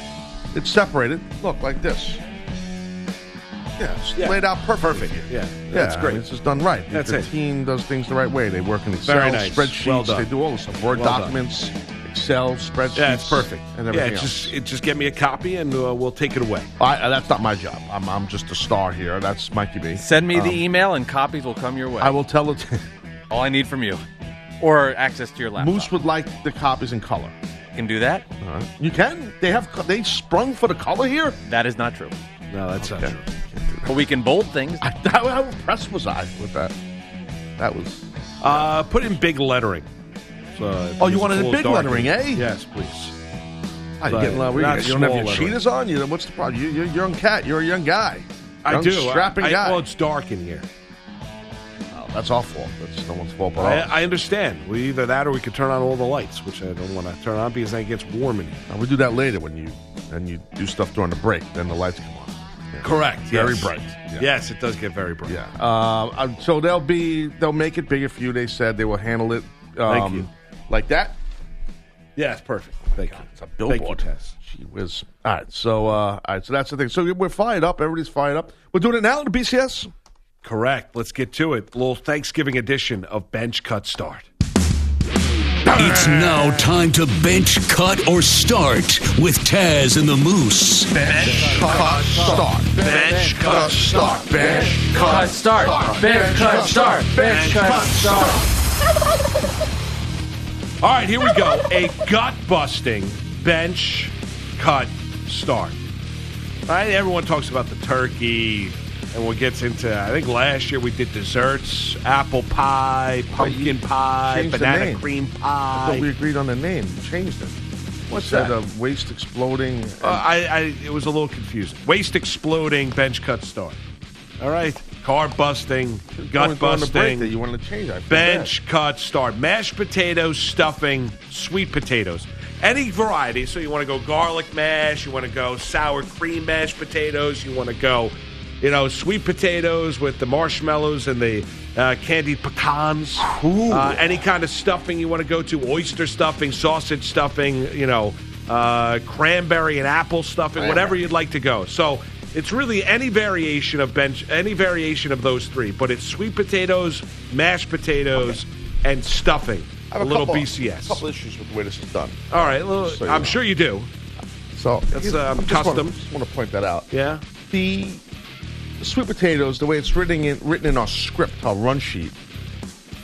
[SPEAKER 4] It's separated. Look like this. Yeah, it's
[SPEAKER 3] Yeah.
[SPEAKER 4] laid out perfectly.
[SPEAKER 3] Perfect. Yeah,
[SPEAKER 4] Yeah,
[SPEAKER 3] that's
[SPEAKER 4] I
[SPEAKER 3] great.
[SPEAKER 4] mean, It's just done right.
[SPEAKER 3] That's
[SPEAKER 4] the
[SPEAKER 3] it.
[SPEAKER 4] team does things the right way. They work in Excel,
[SPEAKER 3] Very nice.
[SPEAKER 4] spreadsheets.
[SPEAKER 3] Well done.
[SPEAKER 4] They do all this stuff. Word
[SPEAKER 3] Well done.
[SPEAKER 4] documents, Excel, spreadsheets.
[SPEAKER 3] Yeah, it's perfect.
[SPEAKER 4] And everything
[SPEAKER 3] yeah,
[SPEAKER 4] else.
[SPEAKER 3] just it, just get me a copy and uh, we'll take it away.
[SPEAKER 4] I, uh, that's not my job. I'm, I'm just a star here. That's Mikey B.
[SPEAKER 5] Send me
[SPEAKER 4] Um,
[SPEAKER 5] the email and copies will come your way.
[SPEAKER 4] I
[SPEAKER 3] [laughs]
[SPEAKER 4] will tell it.
[SPEAKER 5] All I need from you, or access to your laptop.
[SPEAKER 4] Moose would like the copies in color.
[SPEAKER 5] can do that.
[SPEAKER 4] All right. You can. They have. co- They sprung for the color here.
[SPEAKER 5] That is not true.
[SPEAKER 3] No, that's
[SPEAKER 4] not true.
[SPEAKER 5] But we can bold
[SPEAKER 4] [laughs]
[SPEAKER 5] things.
[SPEAKER 4] I, how, how impressed was I with that? That was.
[SPEAKER 3] Uh, put in big lettering. So it
[SPEAKER 4] Oh, you
[SPEAKER 3] was
[SPEAKER 4] wanted
[SPEAKER 3] little
[SPEAKER 4] in big
[SPEAKER 3] darker.
[SPEAKER 4] lettering, eh?
[SPEAKER 3] Yes, please.
[SPEAKER 4] Oh, you're
[SPEAKER 3] Right.
[SPEAKER 4] getting loud. What are
[SPEAKER 3] Not
[SPEAKER 4] You, you don't have
[SPEAKER 3] small
[SPEAKER 4] your
[SPEAKER 3] lettering.
[SPEAKER 4] cheetahs on you. Then What's the problem? You, you're a young cat. You're a young guy.
[SPEAKER 3] I
[SPEAKER 4] Young
[SPEAKER 3] do.
[SPEAKER 4] Strapping
[SPEAKER 3] I, I,
[SPEAKER 4] guy.
[SPEAKER 3] Well, it's dark in here.
[SPEAKER 4] Oh, that's our fault. That's no one's fault but ours.
[SPEAKER 3] I, I understand. We either that or we could turn on all the lights, which I don't want to turn on because then it gets warm in here.
[SPEAKER 4] Now, we do that later when you and you do stuff during the break. Then the lights come on.
[SPEAKER 3] Correct.
[SPEAKER 4] Very
[SPEAKER 3] yes.
[SPEAKER 4] bright. Yeah.
[SPEAKER 3] Yes, it does get very bright.
[SPEAKER 4] Yeah. Uh, uh, so they'll be they'll make it bigger for you. They said they will handle it. Um,
[SPEAKER 3] Thank you.
[SPEAKER 4] Like that.
[SPEAKER 3] Yeah, it's perfect. Thank you. It's a
[SPEAKER 4] billboard.
[SPEAKER 3] test.
[SPEAKER 4] Gee whiz. All right. So uh, all right. So that's the thing. So we're fired up. Everybody's fired up. We're doing it now in the BCS.
[SPEAKER 3] Correct. Let's get to it. Little Thanksgiving edition of Bench Cut Start.
[SPEAKER 7] It's now time to bench cut or start with Taz and the Moose.
[SPEAKER 4] Bench cut start. Bench cut start. Bench
[SPEAKER 5] Cut start. Bench cut start. Bench cut start.
[SPEAKER 3] All right, here we go. A gut busting bench cut start. All right, everyone talks about the turkey, and what gets into. I think last year we did desserts: apple pie, pumpkin pie,
[SPEAKER 4] changed the
[SPEAKER 3] banana
[SPEAKER 4] name.
[SPEAKER 3] cream
[SPEAKER 4] I thought we uh,
[SPEAKER 3] pie.
[SPEAKER 4] agreed on the name. We changed it.
[SPEAKER 3] What's
[SPEAKER 4] Instead of waste exploding. and-
[SPEAKER 3] Uh, I, I it was a little confusing. Waist exploding bench cut start. All right, car busting,
[SPEAKER 4] Going
[SPEAKER 3] gut
[SPEAKER 4] during the break that
[SPEAKER 3] busting.
[SPEAKER 4] you wanted to change. I feel
[SPEAKER 3] bench cut start mashed potatoes stuffing sweet potatoes any variety so you want to go garlic mash you want to go sour cream mashed potatoes you want to go you know sweet potatoes with the marshmallows and the uh, candied pecans Uh, any kind of stuffing you want to go to oyster stuffing sausage stuffing you know uh, cranberry and apple stuffing whatever you'd like to go so it's really any variation of bench, any variation of those three, but it's sweet potatoes, mashed potatoes, and stuffing.
[SPEAKER 4] I have
[SPEAKER 3] a little
[SPEAKER 4] couple-
[SPEAKER 3] BCS.
[SPEAKER 4] couple issues with the way this is done.
[SPEAKER 3] All right, little,
[SPEAKER 4] So you
[SPEAKER 3] I'm
[SPEAKER 4] know.
[SPEAKER 3] sure you do.
[SPEAKER 4] So
[SPEAKER 3] That's, um, custom.
[SPEAKER 4] Want to, want to point that out.
[SPEAKER 3] Yeah.
[SPEAKER 4] The sweet potatoes, the way it's written in, written in our script, our run sheet,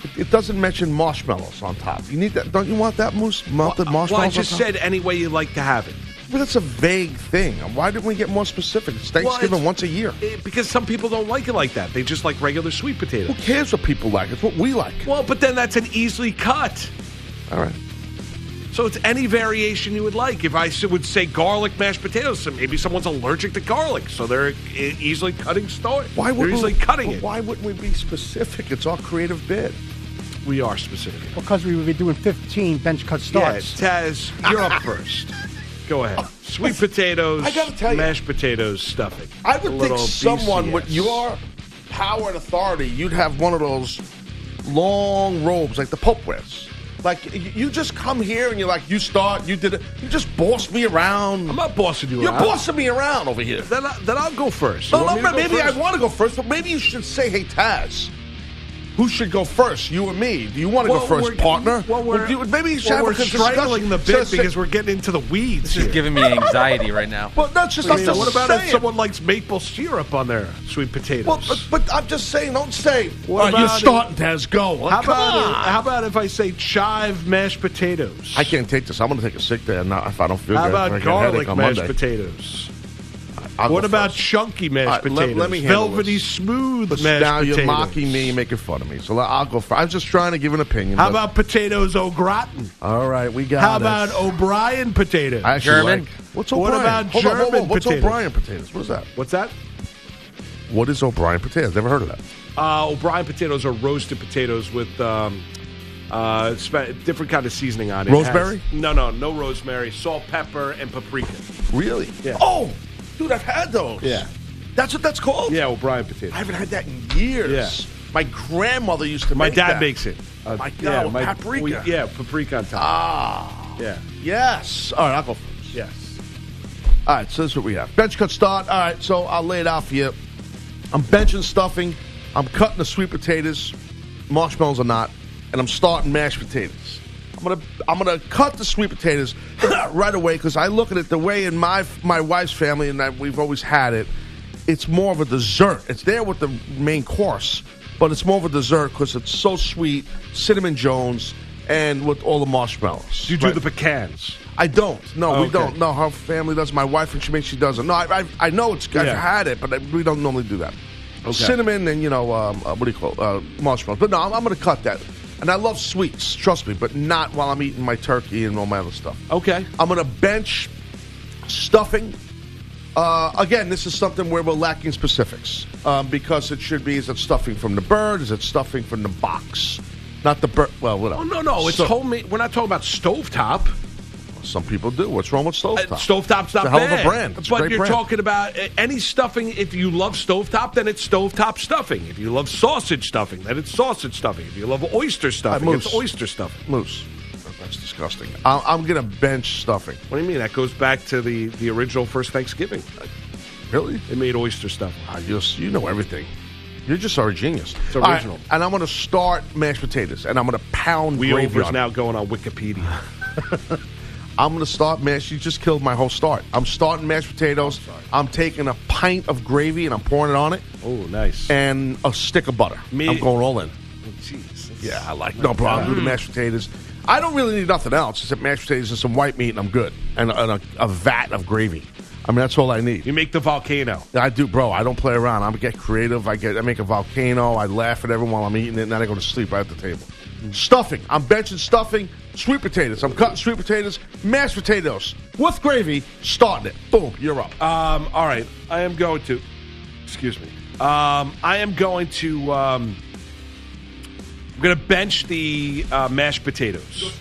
[SPEAKER 4] it, it doesn't mention marshmallows on top. You need that, don't you want that moose melted marshmallows?
[SPEAKER 3] Uh, Well, I
[SPEAKER 4] on
[SPEAKER 3] just
[SPEAKER 4] top?
[SPEAKER 3] said any way you like to have it.
[SPEAKER 4] Well, that's a vague thing. Why didn't we get more specific? It's Thanksgiving
[SPEAKER 3] Well, it's-
[SPEAKER 4] once a year.
[SPEAKER 3] Eh, because some people don't like it like that. They just like regular sweet potato.
[SPEAKER 4] Who cares what people like? It's what we like.
[SPEAKER 3] Well, but then that's an easily cut.
[SPEAKER 4] All right.
[SPEAKER 3] So it's any variation you would like. If I s- would say garlic mashed potatoes, so maybe someone's allergic to garlic, so they're eh, easily cutting start.
[SPEAKER 4] Why
[SPEAKER 3] they're
[SPEAKER 4] would
[SPEAKER 3] easily cutting it?
[SPEAKER 4] Why wouldn't we be specific? It's our creative bid.
[SPEAKER 3] We are specific.
[SPEAKER 6] Because we would be doing 15 bench cut starts.
[SPEAKER 3] Yes, Taz, you're up first. Go ahead. Sweet potatoes,
[SPEAKER 4] Oh, I gotta tell you-
[SPEAKER 3] mashed potatoes stuffing.
[SPEAKER 4] I would
[SPEAKER 3] A
[SPEAKER 4] think
[SPEAKER 3] little
[SPEAKER 4] someone
[SPEAKER 3] BCS.
[SPEAKER 4] with your power and authority, you'd have one of those long robes like the Pope wears. Like y- you just come here and you're like, you start, you did it, you just boss me around.
[SPEAKER 3] I'm not bossing you
[SPEAKER 4] You're
[SPEAKER 3] around.
[SPEAKER 4] bossing me around over here.
[SPEAKER 3] Then, I, then I'll go first. You
[SPEAKER 4] No,
[SPEAKER 3] want
[SPEAKER 4] no,
[SPEAKER 3] me to
[SPEAKER 4] but
[SPEAKER 3] go
[SPEAKER 4] maybe
[SPEAKER 3] first?
[SPEAKER 4] I want to go first, but maybe you should say, "Hey Taz, Who should go first? You or me? Do you want to
[SPEAKER 3] Well,
[SPEAKER 4] go first,
[SPEAKER 3] we're-
[SPEAKER 4] partner?
[SPEAKER 3] well, we're-
[SPEAKER 4] Would you- maybe you should
[SPEAKER 3] well,
[SPEAKER 4] have a
[SPEAKER 3] we're
[SPEAKER 4] discussion-
[SPEAKER 3] strangling the bit
[SPEAKER 4] just-
[SPEAKER 3] because we're getting into the weeds.
[SPEAKER 5] This is giving me anxiety right now.
[SPEAKER 4] Well, that's just
[SPEAKER 3] I
[SPEAKER 4] I'm
[SPEAKER 3] mean,
[SPEAKER 4] just
[SPEAKER 3] what about
[SPEAKER 4] saying.
[SPEAKER 3] if someone likes maple syrup on their sweet potatoes?
[SPEAKER 4] Well, but, but I'm just saying, don't say. Uh,
[SPEAKER 3] What
[SPEAKER 4] "All right, you're
[SPEAKER 3] about
[SPEAKER 4] starting, Taz. Go. Like,
[SPEAKER 3] how
[SPEAKER 4] come
[SPEAKER 3] about
[SPEAKER 4] on.
[SPEAKER 3] If, how about if I say chive mashed potatoes?
[SPEAKER 4] I can't take this. I'm going to take a sick day. And not, if I don't feel
[SPEAKER 3] How
[SPEAKER 4] good,
[SPEAKER 3] about
[SPEAKER 4] I get a headache
[SPEAKER 3] garlic
[SPEAKER 4] on
[SPEAKER 3] mashed
[SPEAKER 4] Monday.
[SPEAKER 3] potatoes?
[SPEAKER 4] I'll
[SPEAKER 3] what
[SPEAKER 4] go
[SPEAKER 3] about
[SPEAKER 4] first.
[SPEAKER 3] chunky
[SPEAKER 4] All
[SPEAKER 3] mashed
[SPEAKER 4] right, let-
[SPEAKER 3] potatoes?
[SPEAKER 4] Let, me handle
[SPEAKER 3] velvety
[SPEAKER 4] this.
[SPEAKER 3] smooth
[SPEAKER 4] Listen,
[SPEAKER 3] mashed
[SPEAKER 4] now
[SPEAKER 3] potatoes.
[SPEAKER 4] you're mocking me, and making fun of me. So I'll go first. I was just trying to give an opinion.
[SPEAKER 3] How
[SPEAKER 4] but-
[SPEAKER 3] about potatoes au gratin?
[SPEAKER 4] All right, we got.
[SPEAKER 3] How
[SPEAKER 4] it.
[SPEAKER 3] about O'Brien potatoes?
[SPEAKER 4] I actually
[SPEAKER 5] German?
[SPEAKER 4] like- what's
[SPEAKER 3] What
[SPEAKER 4] O'Brien?
[SPEAKER 3] about
[SPEAKER 4] Hold on, hold on,
[SPEAKER 3] German
[SPEAKER 4] What's
[SPEAKER 3] potatoes?
[SPEAKER 4] O'Brien potatoes? What is that?
[SPEAKER 3] What's that?
[SPEAKER 4] What is O'Brien potatoes? Never heard of that.
[SPEAKER 3] Uh, O'Brien potatoes are roasted potatoes with um, uh, spe- different kind of seasoning on it. It has-
[SPEAKER 4] Rosemary?
[SPEAKER 3] no, no, no rosemary. Salt, pepper, and paprika.
[SPEAKER 4] Really?
[SPEAKER 3] Yeah.
[SPEAKER 4] Oh, dude, I've had those.
[SPEAKER 3] Yeah.
[SPEAKER 4] That's what that's called.
[SPEAKER 3] Yeah, O'Brien
[SPEAKER 4] I
[SPEAKER 3] potatoes.
[SPEAKER 4] haven't had that in years.
[SPEAKER 3] Yeah.
[SPEAKER 4] My grandmother used to.
[SPEAKER 3] My
[SPEAKER 4] make
[SPEAKER 3] dad
[SPEAKER 4] that.
[SPEAKER 3] makes it. Uh,
[SPEAKER 4] my God,
[SPEAKER 3] yeah,
[SPEAKER 4] with
[SPEAKER 3] my-
[SPEAKER 4] paprika.
[SPEAKER 3] we- yeah, paprika on top.
[SPEAKER 4] Ah.
[SPEAKER 3] Yeah.
[SPEAKER 4] Yes. All right, I'll go first.
[SPEAKER 3] Yes.
[SPEAKER 4] All right, so this is what we have. Bench cut start. All right, so I'll lay it out for you. I'm benching stuffing. I'm cutting the sweet potatoes, marshmallows or not, and I'm starting mashed potatoes. I'm gonna I'm gonna cut the sweet potatoes [coughs] right away because I look at it the way in my my wife's family and that we've always had it. It's more of a dessert. It's there with the main course, but it's more of a dessert because it's so sweet. Cinnamon Jones and with all the marshmallows.
[SPEAKER 3] Do you do
[SPEAKER 4] Right.
[SPEAKER 3] the pecans?
[SPEAKER 4] I don't. No,
[SPEAKER 3] Oh,
[SPEAKER 4] we
[SPEAKER 3] okay.
[SPEAKER 4] don't. No, her family does. My wife and she makes she doesn't. No, I I, I know it's I've
[SPEAKER 3] Yeah.
[SPEAKER 4] had it, but I, we don't normally do that. Cinnamon and you know um, uh, what do you call it? uh, marshmallows? But no, I'm, I'm going to cut that. And I love sweets, trust me, but not while I'm eating my turkey and all my other stuff.
[SPEAKER 3] Okay.
[SPEAKER 4] I'm going to bench stuffing. Uh, again, this is something where we're lacking specifics um, because it should be is it stuffing from the bird? Is it stuffing from the box? Not the bird. Well, whatever.
[SPEAKER 3] Oh no, no, it's
[SPEAKER 4] So-
[SPEAKER 3] homemade. We're not talking about stovetop.
[SPEAKER 4] Some people do. What's wrong with
[SPEAKER 3] Uh,
[SPEAKER 4] stovetop?
[SPEAKER 3] Stovetop's not
[SPEAKER 4] It's a hell
[SPEAKER 3] bad.
[SPEAKER 4] of a brand. It's a
[SPEAKER 3] but
[SPEAKER 4] great
[SPEAKER 3] you're
[SPEAKER 4] brand.
[SPEAKER 3] talking about uh, any stuffing. If you love stovetop, then it's stovetop stuffing. If you love sausage stuffing, then it's sausage stuffing. If you love oyster stuffing,
[SPEAKER 4] Uh,
[SPEAKER 3] it's
[SPEAKER 4] moose.
[SPEAKER 3] oyster stuffing.
[SPEAKER 4] Moose. That's disgusting. I'm, I'm gonna bench stuffing.
[SPEAKER 3] What do you mean? That goes back to the the original first Thanksgiving.
[SPEAKER 4] Really?
[SPEAKER 3] They made oyster stuffing.
[SPEAKER 4] I just you know everything. You're just our genius. It's
[SPEAKER 3] original.
[SPEAKER 4] and I'm gonna start mashed potatoes, and I'm gonna pound
[SPEAKER 3] We
[SPEAKER 4] gravy
[SPEAKER 3] over's
[SPEAKER 4] on it.
[SPEAKER 3] now going on
[SPEAKER 4] [sighs]
[SPEAKER 3] Wikipedia.
[SPEAKER 4] I'm gonna start mashed. You just killed my whole start. I'm starting mashed potatoes. I'm taking a pint of gravy and I'm pouring it on it,
[SPEAKER 3] oh, nice.
[SPEAKER 4] and a stick of butter.
[SPEAKER 3] Me-
[SPEAKER 4] I'm going all in.
[SPEAKER 3] Jeez.
[SPEAKER 4] Yeah, I like no problem. Do the mashed potatoes. I don't really need nothing else except mashed potatoes and some white meat, and I'm good. And, and a, a vat of gravy. I mean, that's all I need.
[SPEAKER 3] You make the volcano.
[SPEAKER 4] I do, bro. I don't play around. I get creative. I get. I make a volcano. I laugh at everyone while I'm eating it, and then I go to sleep right at the table. Stuffing. I'm benching stuffing. Sweet potatoes. I'm cutting sweet potatoes. Mashed potatoes with gravy. Starting it. Boom. You're up. Uh,
[SPEAKER 3] Um, all right, I am going to. Excuse me. Um, I am going to. Um, I'm going to bench the uh, mashed potatoes.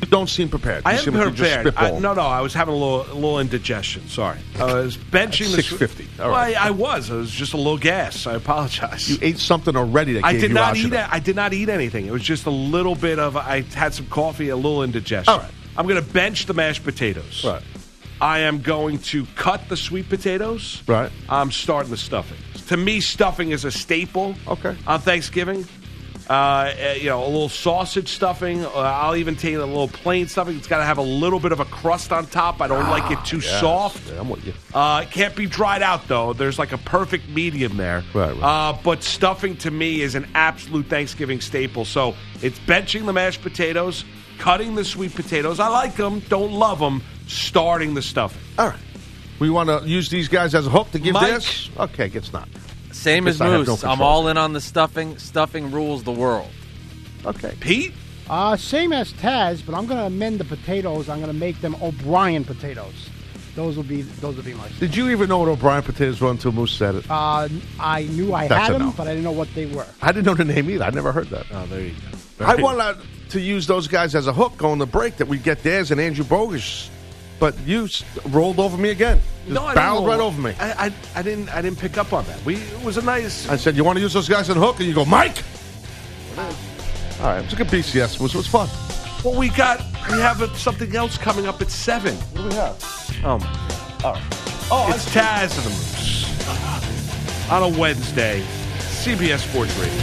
[SPEAKER 4] You don't seem prepared.
[SPEAKER 3] I
[SPEAKER 4] You
[SPEAKER 3] am
[SPEAKER 4] seem like you just
[SPEAKER 3] prepared. I,
[SPEAKER 4] spitballed.
[SPEAKER 3] no, no, I was having a little, a little indigestion. Sorry, I was benching the
[SPEAKER 4] 650. All
[SPEAKER 3] Well,
[SPEAKER 4] right.
[SPEAKER 3] I, I was. I was just a little gas. I apologize.
[SPEAKER 4] You ate something already that
[SPEAKER 3] I
[SPEAKER 4] gave
[SPEAKER 3] did
[SPEAKER 4] you
[SPEAKER 3] not
[SPEAKER 4] agita.
[SPEAKER 3] eat. a- I did not eat anything. It was just a little bit of. I had some coffee, a little indigestion.
[SPEAKER 4] All right.
[SPEAKER 3] I'm going to bench the mashed potatoes.
[SPEAKER 4] Right.
[SPEAKER 3] I am going to cut the sweet potatoes.
[SPEAKER 4] Right.
[SPEAKER 3] I'm starting the stuffing. To me, stuffing is a staple.
[SPEAKER 4] Okay.
[SPEAKER 3] On Thanksgiving, uh, eh, you know, a little sausage stuffing. Uh, I'll even take a little plain stuffing. It's got to have a little bit of a crust on top. I don't like it too soft.
[SPEAKER 4] Ah, Yeah, I'm with you.
[SPEAKER 3] Uh, it can't be dried out though. There's like a perfect medium there.
[SPEAKER 4] Right, right.
[SPEAKER 3] Uh, but stuffing to me is an absolute Thanksgiving staple. So it's benching the mashed potatoes, cutting the sweet potatoes. I like them, don't love them. Starting the stuffing.
[SPEAKER 4] All right. We want to use these guys as a hook to give
[SPEAKER 5] Mike.
[SPEAKER 4] this. Okay, gets not.
[SPEAKER 5] Same
[SPEAKER 4] Guess
[SPEAKER 5] as
[SPEAKER 4] I have no
[SPEAKER 5] Moose. I'm
[SPEAKER 4] control.
[SPEAKER 5] all in on the stuffing. Stuffing rules the world.
[SPEAKER 4] Okay.
[SPEAKER 3] Pete,
[SPEAKER 6] Uh, same as Taz, but I'm gonna amend the potatoes. I'm gonna make them O'Brien potatoes. Those will be those will be my.
[SPEAKER 4] Did you even know what O'Brien potatoes were until Moose said it?
[SPEAKER 6] Uh, I knew I
[SPEAKER 4] That's
[SPEAKER 6] had
[SPEAKER 4] a
[SPEAKER 6] them,
[SPEAKER 4] no.
[SPEAKER 6] but I didn't know what they were.
[SPEAKER 4] I didn't know the name either. I never heard that.
[SPEAKER 3] oh, there you go.
[SPEAKER 4] I want to use those guys as a hook going to break that we get theirs and Andrew Bogus, but you s- rolled over me again. Just
[SPEAKER 3] I didn't
[SPEAKER 4] barreled
[SPEAKER 3] know.
[SPEAKER 4] right over me.
[SPEAKER 3] I, I, I didn't I didn't pick up on that. We it was a nice.
[SPEAKER 4] I said, "You want to use those guys as a hook?" And you go, "Mike."
[SPEAKER 3] Uh-huh.
[SPEAKER 4] All right, it was a good BCS. It was it was fun.
[SPEAKER 3] Well, we got we have a, something else coming up at seven.
[SPEAKER 4] What do we have?
[SPEAKER 3] Oh my God. All right. Oh, it's Taz and the Moose on a Wednesday, CBS Sports Radio.